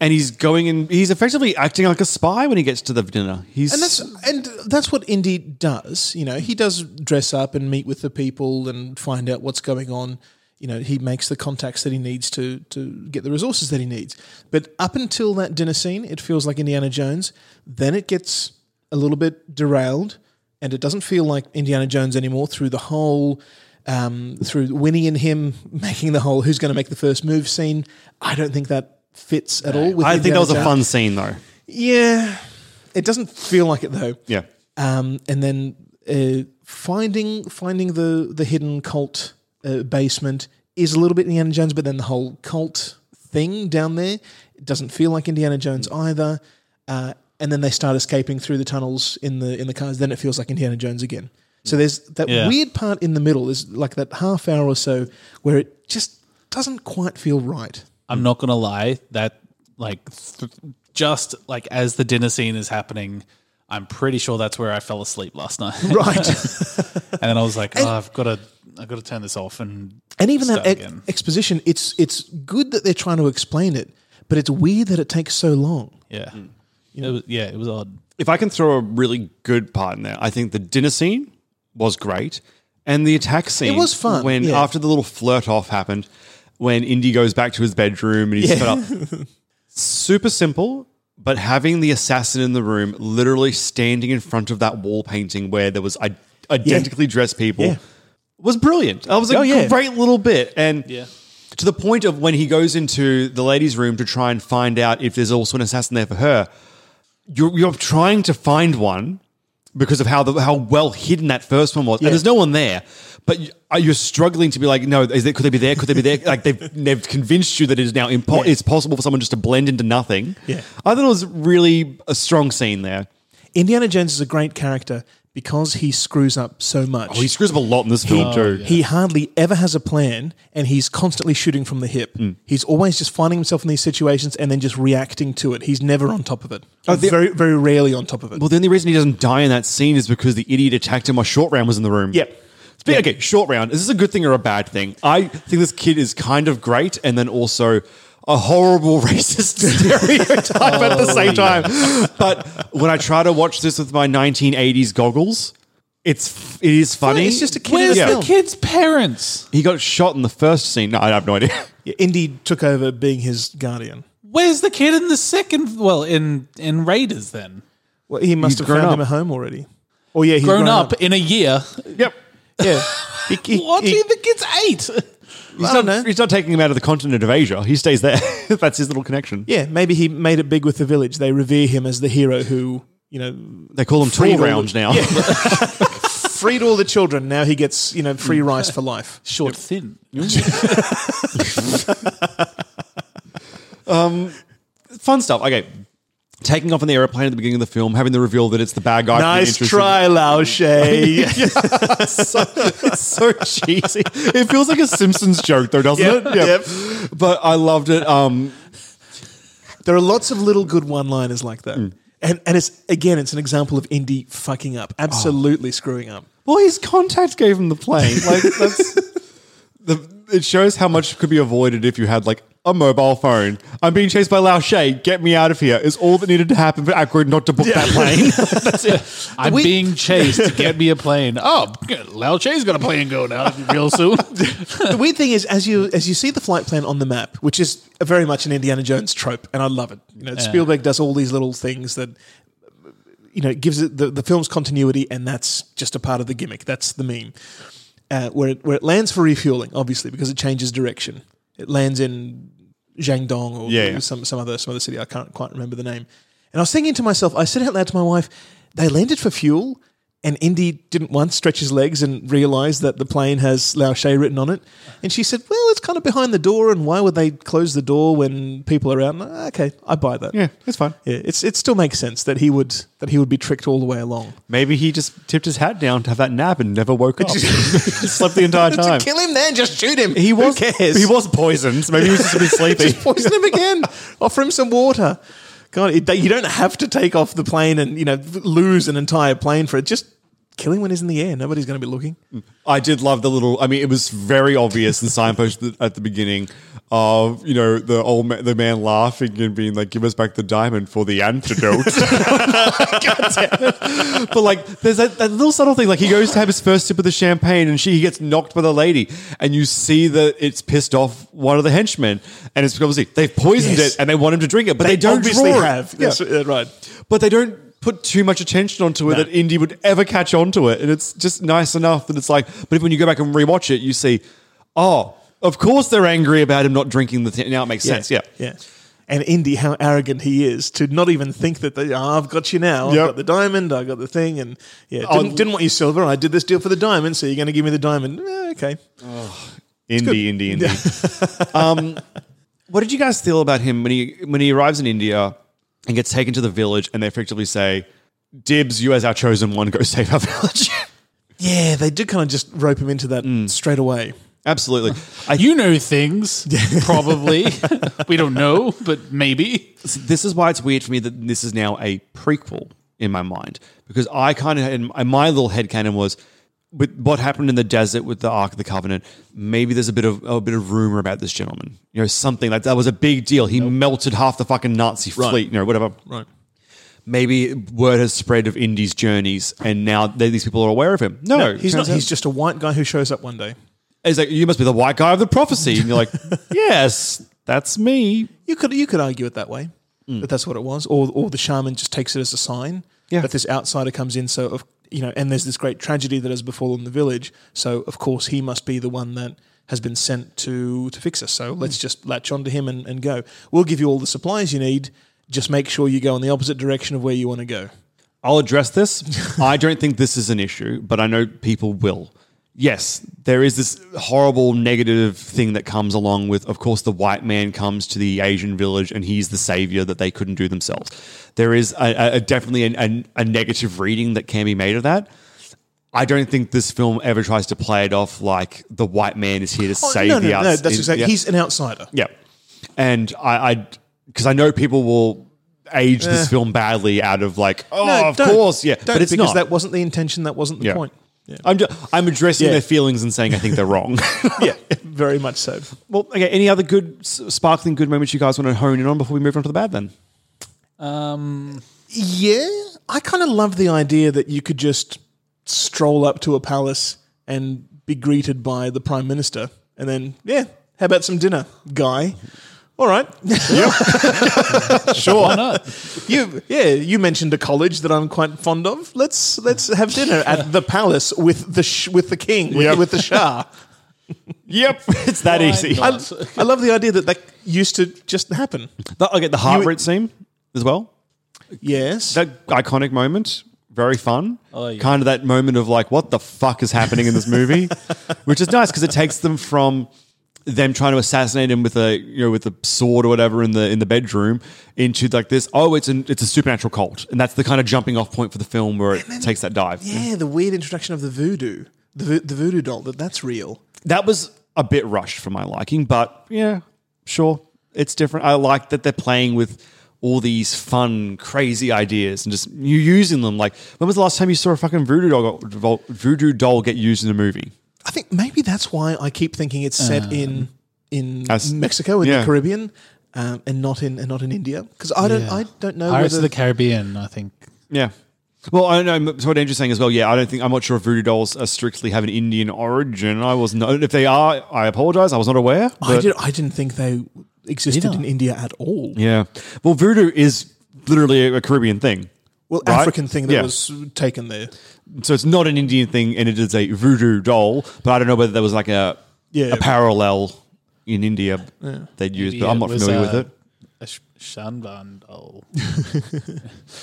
and he's going and he's effectively acting like a spy when he gets to the dinner. He's
and that's and that's what Indy does. You know, he does dress up and meet with the people and find out what's going on. You know, he makes the contacts that he needs to to get the resources that he needs. But up until that dinner scene, it feels like Indiana Jones. Then it gets a little bit derailed, and it doesn't feel like Indiana Jones anymore through the whole. Um, through Winnie and him making the whole "Who's going to make the first move?" scene, I don't think that fits at all. With
I think that
Indiana
was a
Jones.
fun scene though.
Yeah, it doesn't feel like it though.
Yeah.
Um, and then uh, finding finding the the hidden cult uh, basement is a little bit Indiana Jones, but then the whole cult thing down there it doesn't feel like Indiana Jones
Hmm.
either. Uh, and then they start escaping through the tunnels in the in the cars. Then it feels like Indiana Jones again. So there's that
Hmm. Yeah.
weird part in the middle. There's like that half hour or so where it just doesn't quite feel right.
I'm not gonna lie that like th- just like as the dinner scene is happening, I'm pretty sure that's where I fell asleep last night.
Right.
and then I was like, oh, I've got to, I've got to turn this off and
And even that
start
ex- exposition, it's it's good that they're trying to explain it, but it's weird that it takes so long.
yeah, it was, yeah, it was odd.
If I can throw a really good part in there, I think the dinner scene was great, and the attack scene
was fun,
when
yeah.
after the little flirt off happened, when Indy goes back to his bedroom and he's set up super simple, but having the assassin in the room literally standing in front of that wall painting where there was I- identically dressed people
Yeah.
was brilliant. I was like,
Oh, yeah.
great little bit. And to the point of when he goes into the ladies' room to try and find out if there's also an assassin there for her, you're, you're trying to find one because of how the, how well hidden that first one was,
Yeah.
and there's no one there. But you- are you struggling to be like, no, is there, could they be there? Could they be there? like they've they've convinced you that it is now impo- it's possible for someone just to blend into nothing.
Yeah.
I thought it was really a strong scene there.
Indiana Jones is a great character because he screws up so much.
Oh, he screws up a lot in this
He,
film too.
he hardly ever has a plan and he's constantly shooting from the hip.
Hmm.
He's always just finding himself in these situations and then just reacting to it. He's never on top of it.
Oh, the-
very, very rarely on top of it.
Well, the only reason he doesn't die in that scene is because the idiot attacked him while Short Round was in the room.
Yep.
Spe- Okay, Short Round. Is this a good thing or a bad thing? I think this kid is kind of great and then also a horrible racist stereotype at
Oh,
the same time. But when I try to watch this with my 1980s goggles, it's f- it is funny.
it's just a kid in
Where's
a
the
film.
kid's parents?
He got shot in the first scene. No, I have no idea.
Yeah, Indy took over being his guardian.
Where's the kid in the second? Well, in in Raiders, then
Well, he must
He's
have
grown
found
up.
him a home already. Oh yeah, he's
grown, up, in a year.
Yep.
Yeah. He- he-
What?
he-
the kid's eight.
He's not, he's not taking him out of the continent of Asia. He stays there. That's his little connection.
Yeah, maybe he made it big with the village. They revere him as the hero who, you know,
They call him
Freed
Tool
all
Round
the-
now.
Yeah. freed all the children. Now he gets, you know, free
Hmm.
rice for life.
Short, thin.
fun stuff. Okay. Taking off on the airplane at the beginning of the film, having the reveal that it's the bad guy. from the
nice
interest-
try, Lao Shay.
so, it's so cheesy. It feels like a Simpsons joke, though, doesn't
Yep,
it? Yeah. But I loved it. Um,
There are lots of little good one-liners like that. And, and it's again, it's an example of indie fucking up, absolutely screwing up.
well, his contact gave him the plane. Like that's the. It shows how much could be avoided if you had like a mobile phone. I'm being chased by Lao Shay. Get me out of here is all that needed to happen for Ackroyd not to book that plane.
I'm being chased. Get me a plane. Oh, Lao Che's got a plane going out real soon.
the weird thing is, as you as you see the flight plan on the map, which is very much an Indiana Jones trope, and I love it. You know, Spielberg does all these little things that you know it gives it the, the film's continuity, and that's just a part of the gimmick. That's the meme. Uh, where it where it lands for refueling, obviously, because it changes direction. It lands in Jiangdong or
Yeah, yeah.
some some other some other city. I can't quite remember the name. And I was thinking to myself, I said out loud to my wife, "They landed for fuel." And Indy didn't once stretch his legs and realize that the plane has Lao She written on it. And she said, Well, it's kind of behind the door, and why would they close the door when people are out? And, "Ah, okay, I buy that.
Yeah, it's fine.
Yeah, it's, it still makes sense that he would that he would be tricked all the way along.
Maybe he just tipped his hat down to have that nap and never woke up. Slept the entire time.
Kill him then, just shoot him.
He was
Who cares?
he was poisoned. so Maybe he was just a bit sleepy.
Just poison him again. Offer him some water. God, it, you don't have to take off the plane and you know lose an entire plane for it. Just kill him when he's in the air. Nobody's going to be looking.
I did love the little. I mean, it was very obvious and signposted at the beginning of you know the old ma- the man laughing and being like, "Give us back the diamond for the antidote." but like, there's that, that little subtle thing. Like, he goes to have his first sip of the champagne, and she he gets knocked by the lady, and you see that it's pissed off one of the henchmen, and it's obviously they've poisoned
Yes.
it and they want him to drink it, but they, don't
obviously
draw it.
have.
Yeah.
That's, uh, right.
but they don't put too much attention onto it
No.
that Indy would ever catch on to it. And it's just nice enough that it's like, but if when you go back and rewatch it, you see, oh, of course they're angry about him not drinking the thing. Now it makes sense. Yeah.
yeah. And Indy, how arrogant he is to not even think that they, "Ah, I've got you now.
Yep.
I've got the diamond. I got the thing, and yeah, didn't,
Oh,
didn't want you silver. I did this deal for the diamond, so you're going to give me the diamond. Eh, okay,
Indy, Indy, Indy. um, what did you guys feel about him when he when he arrives in India and gets taken to the village and they effectively say, Dibs, you as our chosen one, go save our village.
yeah, they did kind of just rope him into that
Mm.
straight away.
Absolutely.
you know things, probably. we don't know, but maybe.
this is why it's weird for me that this is now a prequel in my mind because I kind of in in my little headcanon was with what happened in the desert with the Ark of the Covenant. Maybe there's a bit of a bit of rumor about this gentleman, you know, something like that was a big deal. He melted half the fucking Nazi
Right.
fleet, you know, whatever.
Right.
Maybe word has spread of Indy's journeys, and now they- these people are aware of him. No,
No, he's
turns
not.
out-
He's just a white guy who shows up one day.
He's like, you must be the white guy of the prophecy, and you're like, yes, that's me.
You could you could argue it that way
Mm.
that that's what it was, or or the shaman just takes it as a sign that this outsider comes in. So of you know, and there's this great tragedy that has befallen the village. So of course he must be the one that has been sent to to fix us.
Mm.
So let's just latch onto him and, and go. We'll give you all the supplies you need. Just make sure you go in the opposite direction of where you want to go.
I'll address this. I don't think this is an issue, but I know people will. Yes, there is this horrible negative thing that comes along with, of course, the white man comes to the Asian village and he's the savior that they couldn't do themselves. There is a, a, definitely an, an, a negative reading that can be made of that. I don't think this film ever tries to play it off like the white man is here to
Oh,
save
no, no,
the
no,
outs-
that's
in-
exactly.
yeah.
He's an outsider.
Yeah, and I, I, because I know people will age this
Eh.
film badly out of like, oh,
No,
of
don't.
course, yeah,
Don't,
but it's
because
not.
that wasn't the intention. That wasn't the
Yeah.
point.
I'm just, I'm addressing
Yeah.
their feelings and saying I think they're wrong.
yeah, very much so.
well, okay. Any other good, s- sparkling good moments you guys want to hone in on before we move on to the bad? Then
Um,
Yeah, I kind of love the idea that you could just stroll up to a palace and be greeted by the prime minister, and then yeah, how about some dinner, guy? All right, sure. Why not? You yeah, you mentioned a college that I'm quite fond of. Let's let's have dinner at the palace with the sh- with the king with,
Yep.
with the shah.
yep, it's that
Why
easy.
not?
I,
I love the idea that that used to just happen.
the, okay, the
You-
heart rate scene as well.
Yes,
That iconic moment, very fun.
Oh, yeah.
Kind of that moment of like, what the fuck is happening in this movie, which is nice because it takes them from them trying to assassinate him with a you know with a sword or whatever in the in the bedroom into like this. Oh, it's an it's a supernatural cult, and that's the kind of jumping off point for the film where it takes that dive.
yeah, the weird introduction of the voodoo, the vo- the voodoo doll. That that's real.
that was a bit rushed for my liking, but yeah, sure, it's different. I like that they're playing with all these fun, crazy ideas and just you using them. Like, when was the last time you saw a fucking voodoo doll, voodoo doll get used in a movie?
I think maybe that's why I keep thinking it's set in in
Um, As-
Mexico in
yeah.
the Caribbean, um, and not in and not in India because I don't
Yeah.
I don't know
Pirates
whether
of the Caribbean, I think.
Yeah. Well, I don't know. So what Andrew's saying as well. Yeah, I don't think I'm not sure if voodoo dolls are strictly have an Indian origin. I was not. If they are, I apologize. I was not aware.
I
but-
did I didn't think they existed
Neither.
in India at all.
Yeah. Well, voodoo is literally a Caribbean thing.
Well,
Right?
African thing that
Yeah.
was taken there.
so it's not an Indian thing, and it is a voodoo doll. But I don't know whether there was like a
Yeah.
a parallel in India they'd use,
Maybe
but I'm not
was,
familiar
uh,
with it.
A sh- Shandandal.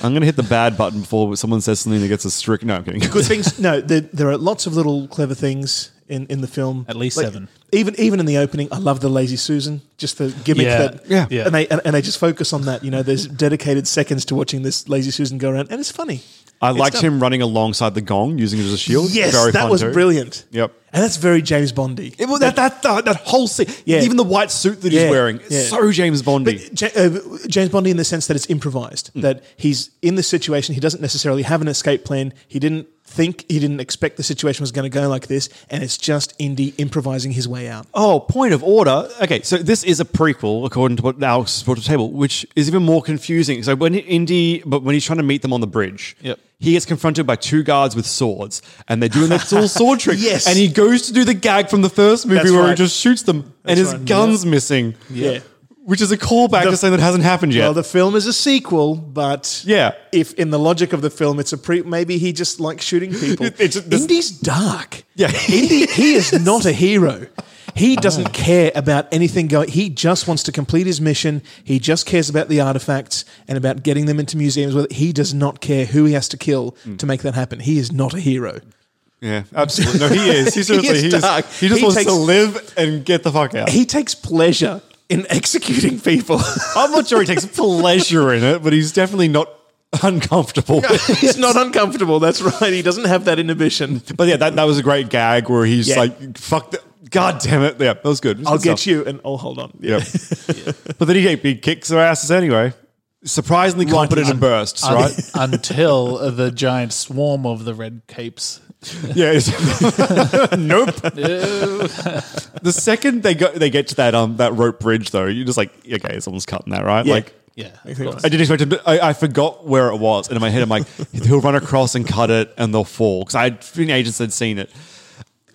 I'm going to hit the bad button before someone says something that gets us strict. No, I'm kidding.
Good things. No, there, there are lots of little clever things in, in the film. At
least seven.
Even even in the opening, I love the lazy Susan, just the gimmick
Yeah.
that.
Yeah. Yeah.
And they and, and they just focus on that. You know, there's dedicated seconds to watching this lazy Susan go around, and it's funny.
I
It's
liked
done.
him running alongside the gong, using it as a shield.
Yes,
Very
that
fun
was
too.
brilliant.
Yep.
And that's very James Bondy.
It, well, that, that, that, that whole scene,
Yeah.
even the white suit that
Yeah,
he's wearing, it's
yeah.
so James Bondy. Hmm.
Ja- uh, James Bondy in the sense that it's improvised, that he's in the situation, he doesn't necessarily have an escape plan, he didn't think, he didn't expect the situation was going to go like this, and it's just Indy improvising his way out.
Oh, point of order. Okay, so this is a prequel, according to what Alex has brought to the table, which is even more confusing. So when Indy, but when he's trying to meet them on the bridge,
Yep.
he gets confronted by two guards with swords, and they're doing that little sword trick.
Yes.
and he goes to do the gag from the first movie
That's
where he
right.
just shoots them, and
That's
his
right.
gun's
Yeah.
missing.
Yeah.
which is a callback
The-
to something that hasn't happened yet.
Well, the film is a sequel, but
yeah,
if in the logic of the film it's a pre, maybe he just likes shooting people. Indy's dark.
Yeah,
Indy, he is not a hero. He doesn't care about anything going. He just wants to complete his mission. He just cares about the artifacts and about getting them into museums. With he does not care who he has to kill
Hmm.
to make that happen. He is not a hero.
yeah, absolutely. No, he is. He's
He
seriously,
is
he, is
dark.
he just
He
wants
takes-
to live and get the fuck out.
He takes pleasure in executing people.
I'm not sure he takes pleasure in it, but he's definitely not uncomfortable.
He's not uncomfortable. That's right. He doesn't have that inhibition.
But yeah, that, that was a great gag where he's
Yeah.
like, "Fuck, the, god damn it!" Yeah, that was good. It was
I'll
good
get
stuff.
you, and I'll hold on.
Yep. but then he, he kicks their asses anyway. Surprisingly competent in bursts,
Un-
right?
Until the giant swarm of the red capes.
yeah. it's- nope. the second they go, they get to that um that rope bridge though. You're just like, okay, someone's cutting that, right?
Yeah.
Like.
Yeah.
I didn't expect him. To, I, I forgot where it was, and in my head, I'm like, he'll run across and cut it, and they'll fall. Because I had been agents had seen it.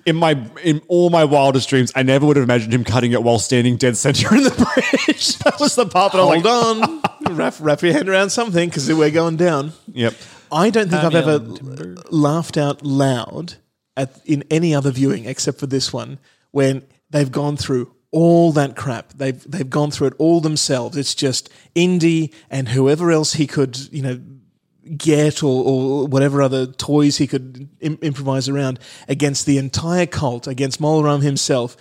In my in all my wildest dreams, I never would have imagined him cutting it while standing dead center in the bridge. that was the part that I was
Hold
like,
on. wrap, wrap your head around something because we're going down.
Yep.
I don't think I've
Hammy
ever
on timber.
laughed out loud at in any other viewing except for this one when they've gone through all that crap. They've they've gone through it all themselves. It's just Indy and whoever else he could, you know, get or, or whatever other toys he could Im- improvise around against the entire cult, against Molaram himself.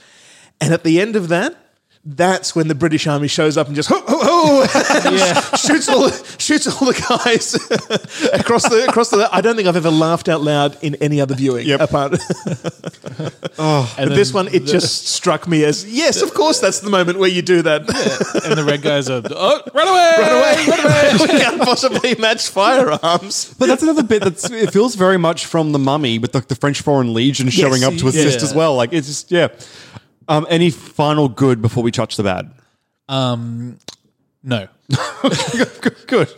And at the end of that, that's when the British Army shows up and just ho ho ho shoots all shoots all the guys across the across the. I don't think I've ever laughed out loud in any other viewing. Apart, but
then
this one it
the-
just struck me as yes, of course that's the moment where you do that.
And the red guys are, oh, run away!
Run away! Run away! we can't possibly match firearms.
But that's another bit that's it feels very much from the mummy with like the French Foreign Legion showing up to assist
yeah.
as well. Like it's just yeah. Um, any final good before we touch the bad?
Um, no.
Good.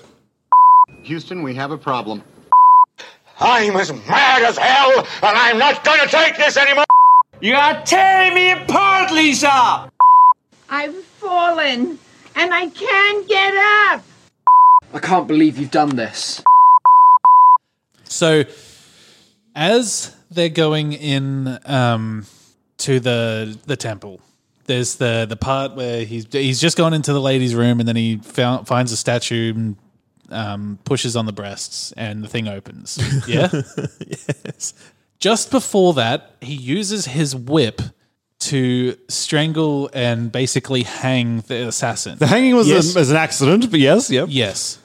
Houston, we have a problem.
I'm as mad as hell, and I'm not gonna take this anymore! You are tearing me apart, Lisa!
I've fallen and I can't get up.
I can't believe you've done this.
So, as they're going in um, to the the temple, there's the the part where he's he's just gone into the ladies' room, and then he found, finds a statue and um, pushes on the breasts, and the thing opens. Yeah. yes. Just before that, he uses his whip to strangle and basically hang the assassin.
The hanging was
Yes.
a, as an accident, but yes, yep.
Yes.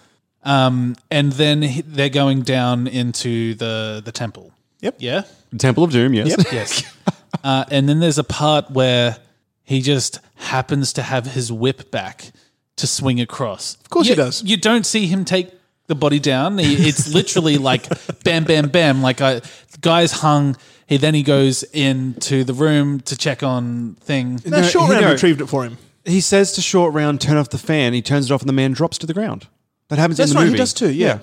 Um, and then he- they're going down into the the temple. Yep. Yeah.
Temple of Doom, yes.
Yes. uh, and then there's a part where he just happens to have his whip back to swing across. Of
course
you,
he does.
You don't see him take the body down. He, it's literally like bam, bam, bam. Like I, the guy's hung. He then he goes into the room to check on thing.
No, short round retrieved it for him.
He says to short round, turn off the fan. He turns it off, and the man drops to the ground. That happens
That's
in the
right, he
movie.
does too, yeah.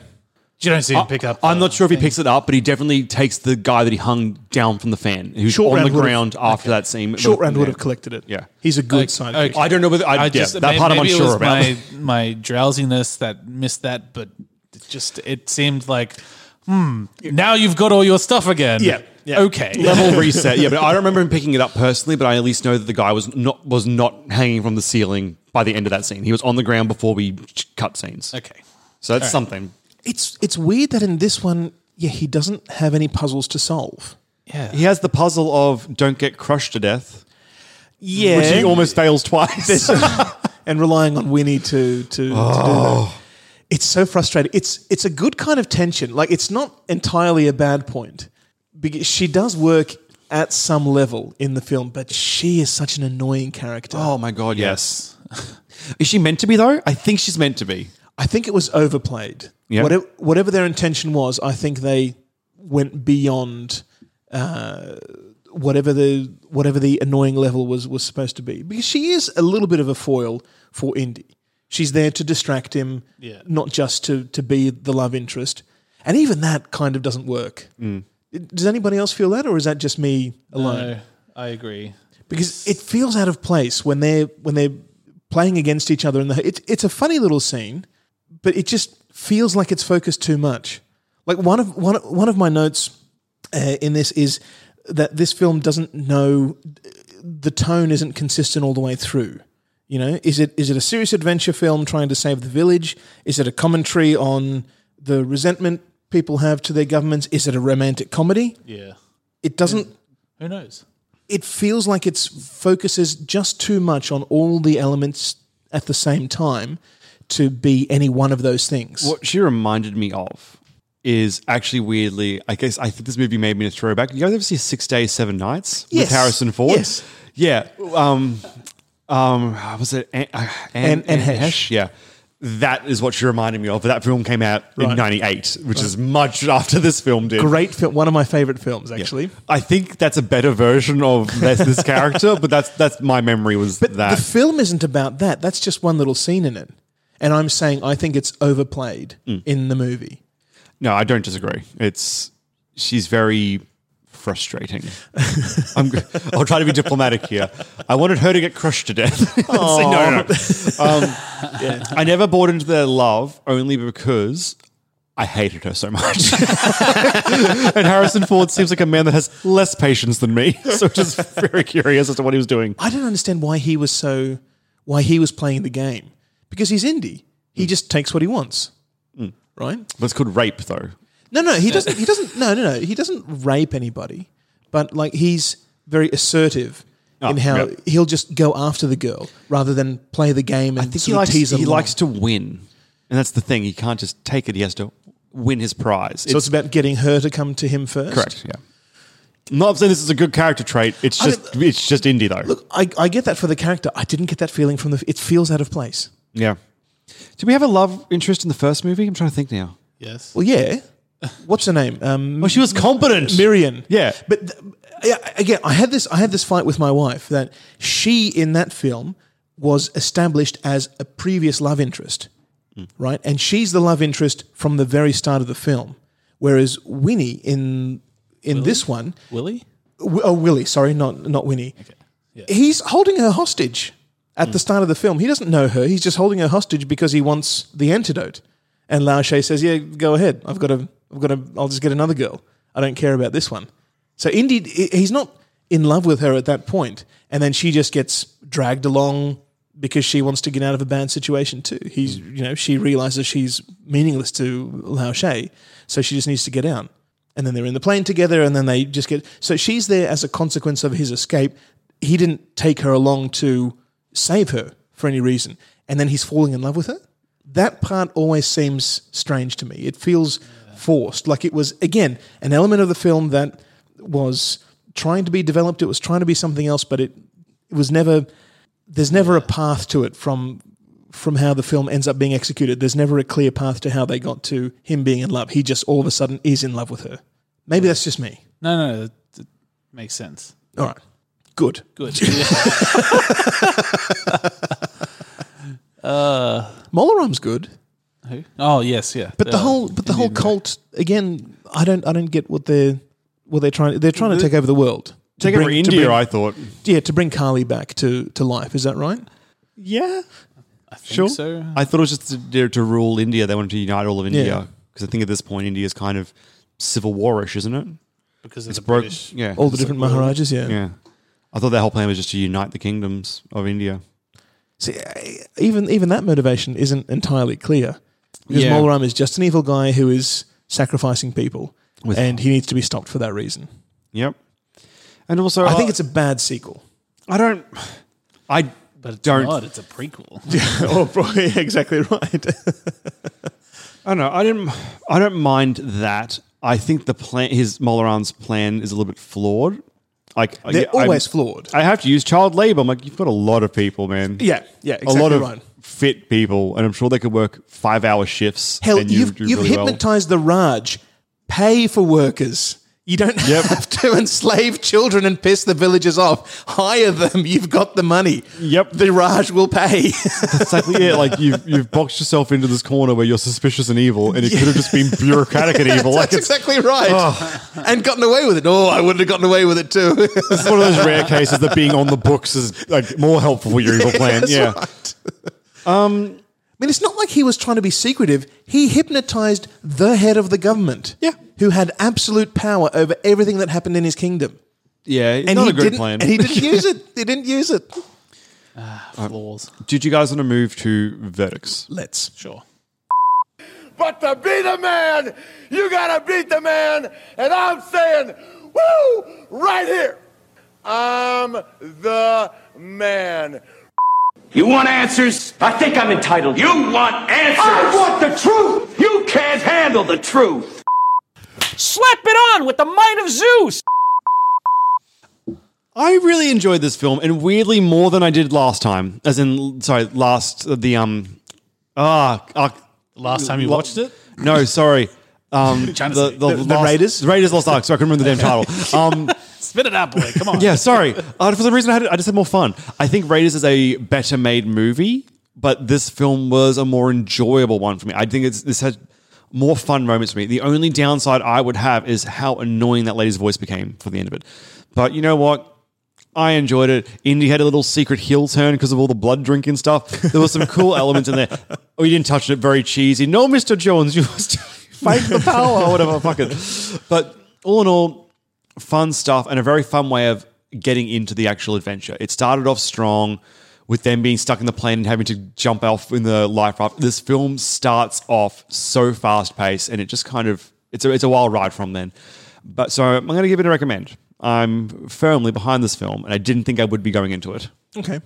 You don't see him pick up. uh,
I'm not sure if he picks it up, but he definitely takes the guy that he hung down from the fan, who's
Short
on the
round would've-
ground after that scene.
Short round
Yeah.
would have collected it.
Yeah.
he's a good sidekick.
I don't know whether I, yeah, that
may-
part I'm
maybe it
unsure
was
about.
My, my drowsiness that missed that, but it just it seemed like, hmm, now you've got all your stuff again.
Yeah, yeah.
Okay.
Level reset. Yeah, but I don't remember him picking it up personally, but I at least know that the guy was not was not hanging from the ceiling by the end of that scene. He was on the ground before we ch- cut scenes.
Okay.
So that's
All right.
something.
It's it's weird that in this one, yeah, he doesn't have any puzzles to solve.
Yeah.
He has the puzzle of don't get crushed to death.
Yeah.
Which he almost fails twice.
and relying on Winnie to to, to do
Oh.
that. It's so frustrating. It's it's a good kind of tension. Like it's not entirely a bad point because she does work at some level in the film, but she is such an annoying character. Oh
my god, yes. Is she meant to be though? I think she's meant to be.
I think it was overplayed.
Yeah.
Whatever, whatever their intention was, I think they went beyond uh, whatever the whatever the annoying level was was supposed to be. Because she is a little bit of a foil for Indy. She's there to distract him,
Yeah.
not just to to be the love interest. And even that kind of doesn't work. Does anybody else feel that, or is that just me alone?
No, I agree.
because it feels out of place when they're when they're playing against each other. And the, it, it's a funny little scene, but it just feels like it's focused too much. Like one of one of- one of my notes uh, in this is that this film doesn't know the tone isn't consistent all the way through. You know, is it is it a serious adventure film trying to save the village? Is it a commentary on the resentment people have to their governments? Is it a romantic comedy?
Yeah.
It doesn't
Who knows?
it feels like it focuses just too much on all the elements at the same time to be any one of those things.
What she reminded me of is actually weirdly, I guess I think this movie made me a throwback. You guys ever see Six Days, Seven Nights
Yes.
with Harrison Ford?
Yes.
Yeah. Um, um, was it An, uh, An-
An- Anne
Anne
Heche.
Heche? Yeah. That is what she reminded me of. That film came out in
Right.
98, which is much after this film did.
Great film, one of my favorite films actually.
I think that's a better version of this, this character, but that's that's my memory was that.
The film isn't about that. That's just one little scene in it. And I'm saying I think it's overplayed
Mm.
in the movie.
No, I don't disagree. It's she's very frustrating. I'm, g- I'll try to be diplomatic here. I wanted her to get crushed to death. Say no, no. Um, I never bought into their love only because I hated her so much. and Harrison Ford seems like a man that has less patience than me, so just very curious as to what he was doing.
I don't understand why he was so why he was playing the game because he's indie. He
Mm.
just takes what he wants. Right?
But it's called rape, though.
No, no, he doesn't. He doesn't. No, no, no. He doesn't rape anybody, but like he's very assertive in how
Oh, yeah.
he'll just go after the girl rather than play the game and
I think
sort
he
of
likes,
tease her
he
along.
likes to win. And that's the thing. He can't just take it. He has to win his prize.
So it's, about getting her to come to him first.
Correct. Yeah. I'm not saying this is a good character trait. It's
I
just it's just indie though.
Look, I, I get that for the character. I didn't get that feeling from the. It feels out of place.
yeah. Do we have a love interest in the first movie? I'm trying to think now.
Yes.
Well, yeah. What's her name? Um,
Well, Oh, she was competent.
Miriam.
Yeah.
But th- yeah, again, I had this. I had this fight with my wife that she in that film was established as a previous love interest, right? And she's the love interest from the very start of the film, whereas Winnie in in this one,
Willie?
Wi- oh Willie, sorry, not not Winnie. He's holding her hostage at the start of the film. He doesn't know her. He's just holding her hostage because he wants the antidote. And Lachey says, "Yeah, go ahead. I've got to. I've got to. I'll just get another girl. I don't care about this one." So indeed, he- he's not in love with her at that point, and then she just gets dragged along because she wants to get out of a bad situation too. He's, you know, she realizes she's meaningless to Lao She, so she just needs to get out. And then they're in the plane together, and then they just get. So she's there as a consequence of his escape. He didn't take her along to save her for any reason, and then he's falling in love with her. That part always seems strange to me. It feels forced, like it was again an element of the film that was trying to be developed. It was trying to be something else, but it, it was never. There's never a path to it from from how the film ends up being executed. There's never a clear path to how they got to him being in love. He just all of a sudden is in love with her. Maybe that's just me.
No, no, no. That, that makes sense.
All right, good.
Good.
uh, Molarum's good,
Who? Oh, yes, yeah.
but the
Uh,
whole but the whole
Indian-
cult again. I don't I don't get what they're what they're trying. They're trying to take over the world. To
Take over
bring- to
India,
bring-
I thought.
Yeah, to bring Carly back to, to life. Is that right?
Yeah. uh,
I think
Sure.
so.
I thought it was just to, to- to rule India. They wanted to unite all of
Yeah.
India because I think at this point India is kind of civil warish, isn't it?
Because of
it's
the
broke.
British-
Yeah.
All the
It's
different
like-
Maharajas, yeah.
Yeah. I thought their whole plan was just to unite the kingdoms of India.
See, I- even even that motivation isn't entirely clear. Because
Yeah.
Molaram is just an evil guy who is sacrificing people,
With-
and he needs to be stopped for that reason.
Yep. And also,
I think it's a bad sequel.
I don't. I
but it's
don't.
not. It's a prequel.
Yeah, oh, bro, yeah, exactly right.
I don't know. I didn't. I don't mind that. I think the plan, his Molaran's plan, is a little bit flawed. Like I-
They're
I'm-
always flawed.
I have to use child labor. I'm like, you've got a lot of people, man.
Yeah, yeah,
a lot
exactly
of
right.
fit people, and I'm sure they could work five hour shifts.
Hell,
and
you've,
do
you've
really well.
hypnotized the Raj. Pay for workers. You don't have to enslave children and piss the villagers off. Hire them. You've got the money.
Yep.
The Raj will pay.
That's exactly it. Like you've you've boxed yourself into this corner where you're suspicious and evil, and it could have just been bureaucratic and evil. like
That's
it's,
exactly right. And gotten away with it. Oh, I would have gotten away with it too.
it's one of those rare cases that being on the books is like more helpful for your evil plan.
That's
yeah.
right. Um, I mean, it's not like he was trying to be secretive. He hypnotized the head of the government, yeah, who had absolute power over everything that happened in his kingdom.
Yeah,
And
not
he
a great
didn't,
plan.
And he didn't use it. He didn't use it.
flaws.
Did you guys want to move to verdicts?
Let's
sure.
But to be the man, you gotta beat the man. And I'm saying, woo, right here. I'm the man.
You want answers? I think I'm entitled. You want answers? I want the truth. You can't handle the truth. Slap it on with the might of Zeus.
I really enjoyed this film, and weirdly more than I did last time. As in, sorry, last the um ah ah,
Last time you
lo-
watched it?
No, sorry. Um,
Trying to
the,
say.
the,
The- the
last-
Raiders?
the Raiders Lost Ark. So I couldn't remember the damn title. Um,
Spit it out, boy. Come on.
yeah, sorry. Uh, for some reason, I, had, I just had more fun. I think Raiders is a better made movie, but this film was a more enjoyable one for me. I think it's this had more fun moments for me. The only downside I would have is how annoying that lady's voice became for the end of it. But you know what? I enjoyed it. Indy had a little secret heel turn because of all the blood drinking stuff. There were some cool elements in there. Oh, you didn't touch it. Very cheesy. No, Mr. Jones, you must fight the power or whatever. Fuck it. But all in all, fun stuff and a very fun way of getting into the actual adventure. It started off strong with them being stuck in the plane and having to jump off in the life raft. This film starts off so fast paced and it just kind of it's a it's a wild ride from then. But so I'm going to give it a recommend. I'm firmly behind this film and I didn't think I would be going into it.
Okay.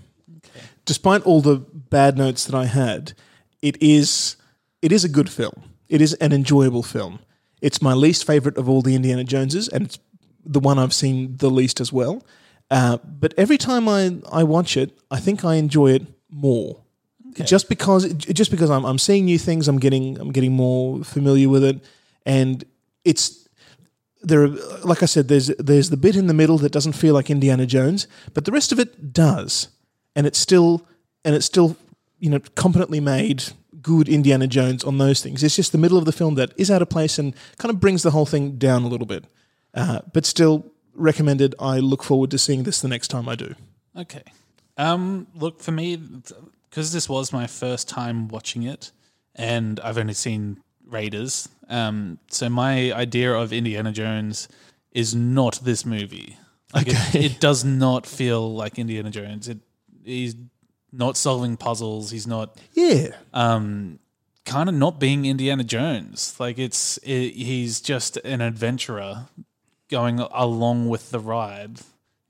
Despite all the bad notes that I had, it is it is a good film. It is an enjoyable film. It's my least favorite of all the Indiana Joneses, and it's the one I've seen the least as well. Uh, but every time I, I watch it, I think I enjoy it more. Just because j- just because I'm, I'm seeing new things, I'm getting I'm getting more familiar with it, and it's there are like I said, there's there's the bit in the middle that doesn't feel like Indiana Jones, but the rest of it does, and it's still and it's still you know competently made good Indiana Jones on those things. It's just the middle of the film that is out of place and kind of brings the whole thing down a little bit, uh, but still recommended. I look forward to seeing this the next time I do.
Okay. Um, look for me because this was my first time watching it, and I've only seen Raiders. Um, so my idea of Indiana Jones is not this movie. Like it, it does not feel like Indiana Jones. It he's not solving puzzles. He's not
Yeah.
um, kind of not being Indiana Jones. Like it's it, he's just an adventurer going along with the ride,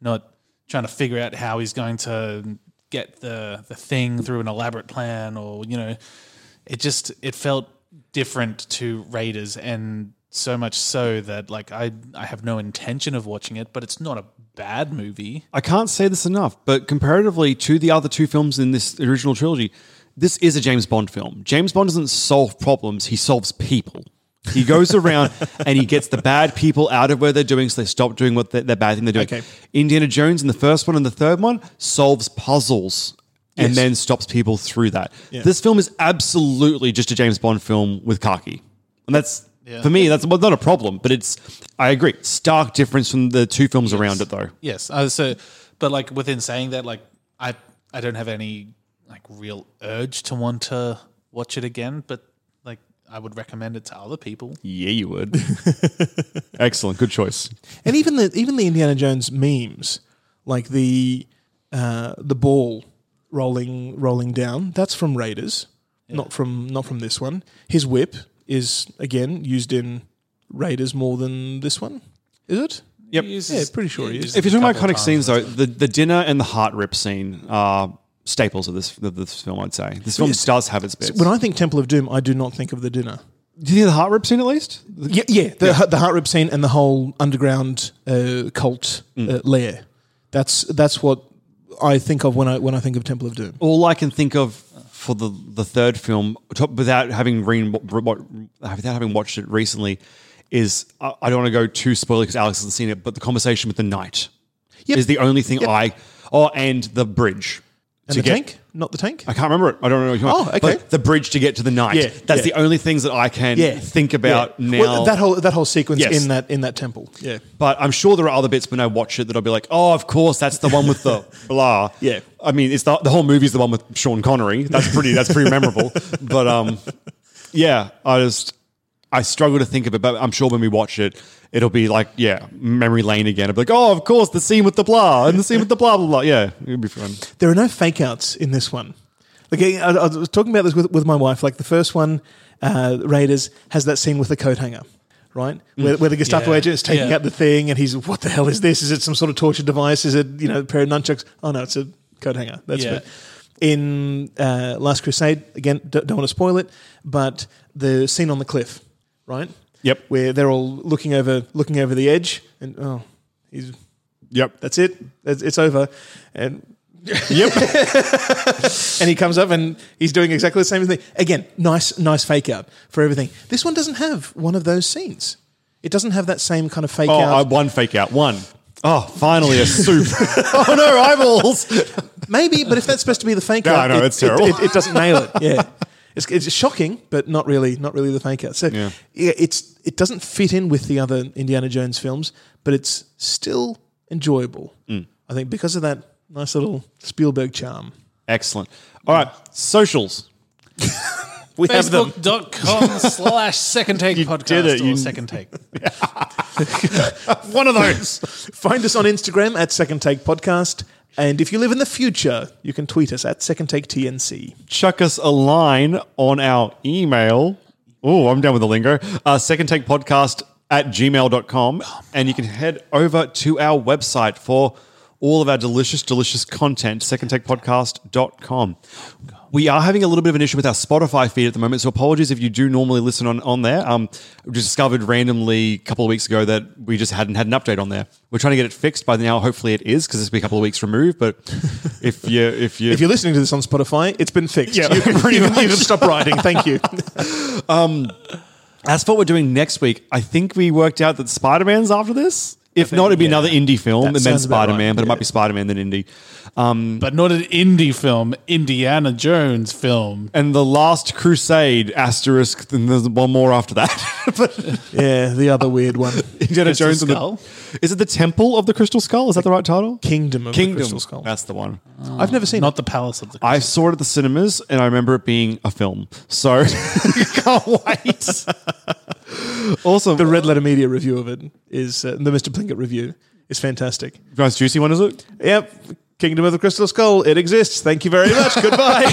not trying to figure out how he's going to get the the thing through an elaborate plan or you know it just it felt different to Raiders and so much so that like I I have no intention of watching it but it's not a bad movie.
I can't say this enough, but comparatively to the other two films in this original trilogy, this is a James Bond film. James Bond doesn't solve problems, he solves people. He goes around and he gets the bad people out of where they're doing so they stop doing what they their bad thing they're doing.
Okay.
Indiana Jones in the first one and the third one solves puzzles and
Yes.
then stops people through that.
Yeah.
This film is absolutely just a James Bond film with khaki. And that's
Yeah.
for me, that's well, not a problem, but it's I agree. Stark difference from the two films around it though.
Yes. Uh, so, but like within saying that, like I I don't have any like real urge to want to watch it again, but like I would recommend it to other people.
Yeah, you would. Excellent, good choice.
And even the even the Indiana Jones memes, like the uh, the ball rolling rolling down. That's from Raiders, not from not from this one. His whip is again used in Raiders more than this one. Is it?
Yep.
yeah, pretty sure he is.
If you're talking about iconic scenes, though, the, the dinner and the heart rip scene are staples of this of this film. I'd say this film
Yes.
does have its bits.
When I think Temple of Doom, I do not think of the dinner.
Do you think the heart rip scene at least?
Yeah, yeah, the the heart rip scene and the whole underground uh, cult uh, lair. That's that's what I think of when I when I think of Temple of Doom.
All I can think of for the the third film, top, without having re- re- wa- without having watched it recently, is I, I don't want to go too spoiler because Alex hasn't seen it, but the conversation with the knight
Yep.
is the only thing
Yep.
I. Oh, and the bridge.
And
to
the
get-
tank, not the tank.
I can't remember it. I don't know.
Oh, okay.
But the bridge to get to the night.
Yeah,
That's
yeah.
the only things that I can
Yeah.
think about
Yeah.
now.
Well, that whole that whole sequence
Yes.
in that in that temple. Yeah.
But I'm sure there are other bits when I watch it that I'll be like, oh, of course, that's the one with the blah.
Yeah.
I mean, it's the, the whole movie's the one with Sean Connery. That's pretty. That's pretty memorable. But um, yeah, I just I struggle to think of it. But I'm sure when we watch it, it'll be like yeah, memory lane again. I'll be like, oh, of course, the scene with the blah and the scene with the blah blah blah. Yeah, it'll be fun.
There are no fake outs in this one. Like I, I was talking about this with, with my wife. Like the first one, uh, Raiders has that scene with the coat hanger, right? Where,
Mm.
where the Gestapo
Yeah.
agent is taking
Yeah.
out the thing, and he's, "What the hell is this? Is it some sort of torture device? Is it you know a pair of nunchucks? Oh no, it's a coat hanger. That's
Yeah.
it." In uh, Last Crusade, again, d- don't want to spoil it, but the scene on the cliff, right?
Yep.
Where they're all looking over, looking over the edge, and oh, he's
Yep.
That's it. It's it's over. And yep. and he comes up and he's doing exactly the same thing. Again, nice, nice fake out for everything. This one doesn't have one of those scenes. It doesn't have that same kind of fake
Oh, I,
out.
one fake out. One. Oh, finally a soup. oh no, eyeballs.
Maybe, but if that's supposed to be the fake
Yeah,
out,
I know,
it,
it's terrible.
It, it, it doesn't nail it. Yeah. It's, it's shocking, but not really, not really the fake out. So
Yeah.
yeah, it's it doesn't fit in with the other Indiana Jones films, but it's still enjoyable.
Mm.
I think because of that nice little Spielberg charm.
Excellent. All right, socials.
We have them.
Facebook.com slash second take podcast
did it,
or
you-
second take.
One of those.
Find us on Instagram at Second Take Podcast. And if you live in the future, you can tweet us at Second Take TNC.
chuck us a line on our email. Oh, I'm down with the lingo. Uh, second take podcast at gmail.com. And you can head over to our website for all of our delicious, delicious content, secondtakepodcast.com. We are having a little bit of an issue with our Spotify feed at the moment, so apologies if you do normally listen on, on there. Um, we discovered randomly a couple of weeks ago that we just hadn't had an update on there. We're trying to get it fixed by now. Hopefully, it is because it's been a couple of weeks removed. But if you if you
If you're listening to this on Spotify, it's been fixed.
Yeah,
you, can,
pretty
you can- you
much.
can stop writing. Thank you.
As for what we're doing next week, I think we worked out that Spider Man's after this. If not, it'd be another indie film
That
and then
sounds about
Spider
right,
Man, but it
yeah.
might be Spider Man then indie.
But not an indie film, Indiana Jones film.
And the last Crusade asterisk, and there's one more after that. but
yeah, the other weird one.
Indiana
Crystal
Jones and the,
Skull?
is it the Temple of the Crystal Skull? Is that the right title?
Kingdom of the
Kingdom. Oh.
Crystal Skull.
That's the one.
I've never seen
Not the Palace of the
I saw it at the cinemas, and I remember it being a film. So can't wait. awesome.
it. The Red Letter Media review of it is uh, the Mr. Plinkett review is fantastic.
most juicy one is it?
Yep. Kingdom of the Crystal Skull. It exists. Thank you very much. Goodbye.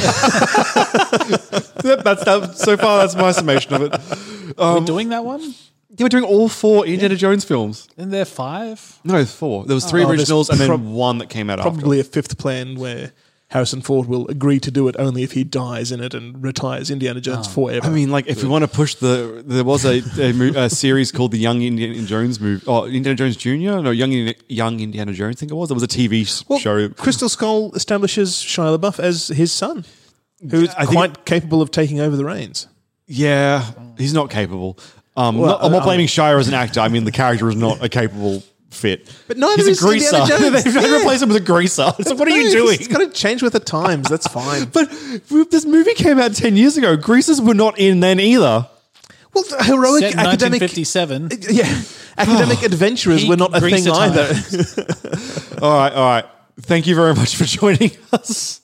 Yep, that's that, so far. That's my summation of it.
We're doing that one?
Yeah, we're doing all four Indiana Jones films.
And there are five?
No, four. There was three
Oh, there's
originals and then
prob-
one that came out after.
Probably a fifth plan where Harrison Ford will agree to do it only if he dies in it and retires Indiana Jones forever.
Oh. I mean, like if we want to push the, there was a, a, mo- a series called the Young Indiana Jones movie, oh Indiana Jones Junior, no Young Indi- Young Indiana Jones, I think it was. It was a TV s-
Well,
show.
Crystal Skull establishes Shia LaBeouf as his son, who is
I think-
quite capable of taking over the reins.
Yeah, he's not capable. Um,
Well,
not- I'm not
I-
blaming Shire as an actor. I mean, the character is not a capable fit.
But neither
he's
is
a greaser.
Indiana Jones.
They've
Yeah.
replaced him with a greaser. It's like, what are you
No,
doing?
It's got to change with the times. That's fine.
But this movie came out ten years ago. Greasers were not in then either.
well, heroic
Set in
academic,
1957.
yeah,
Oh,
academic adventurers
Peak
were not a
greaser
thing either.
All right, all right. Thank you very much for joining us.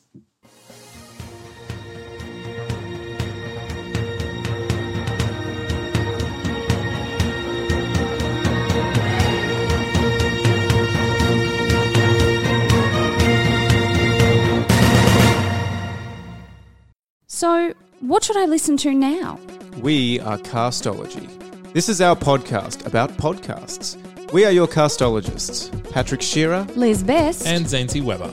So, what should I listen to now?
We are Castology. This is our podcast about podcasts. We are your castologists, Patrick Shearer
Liz Best.
and Zancy Weber.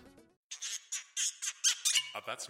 Uh, That's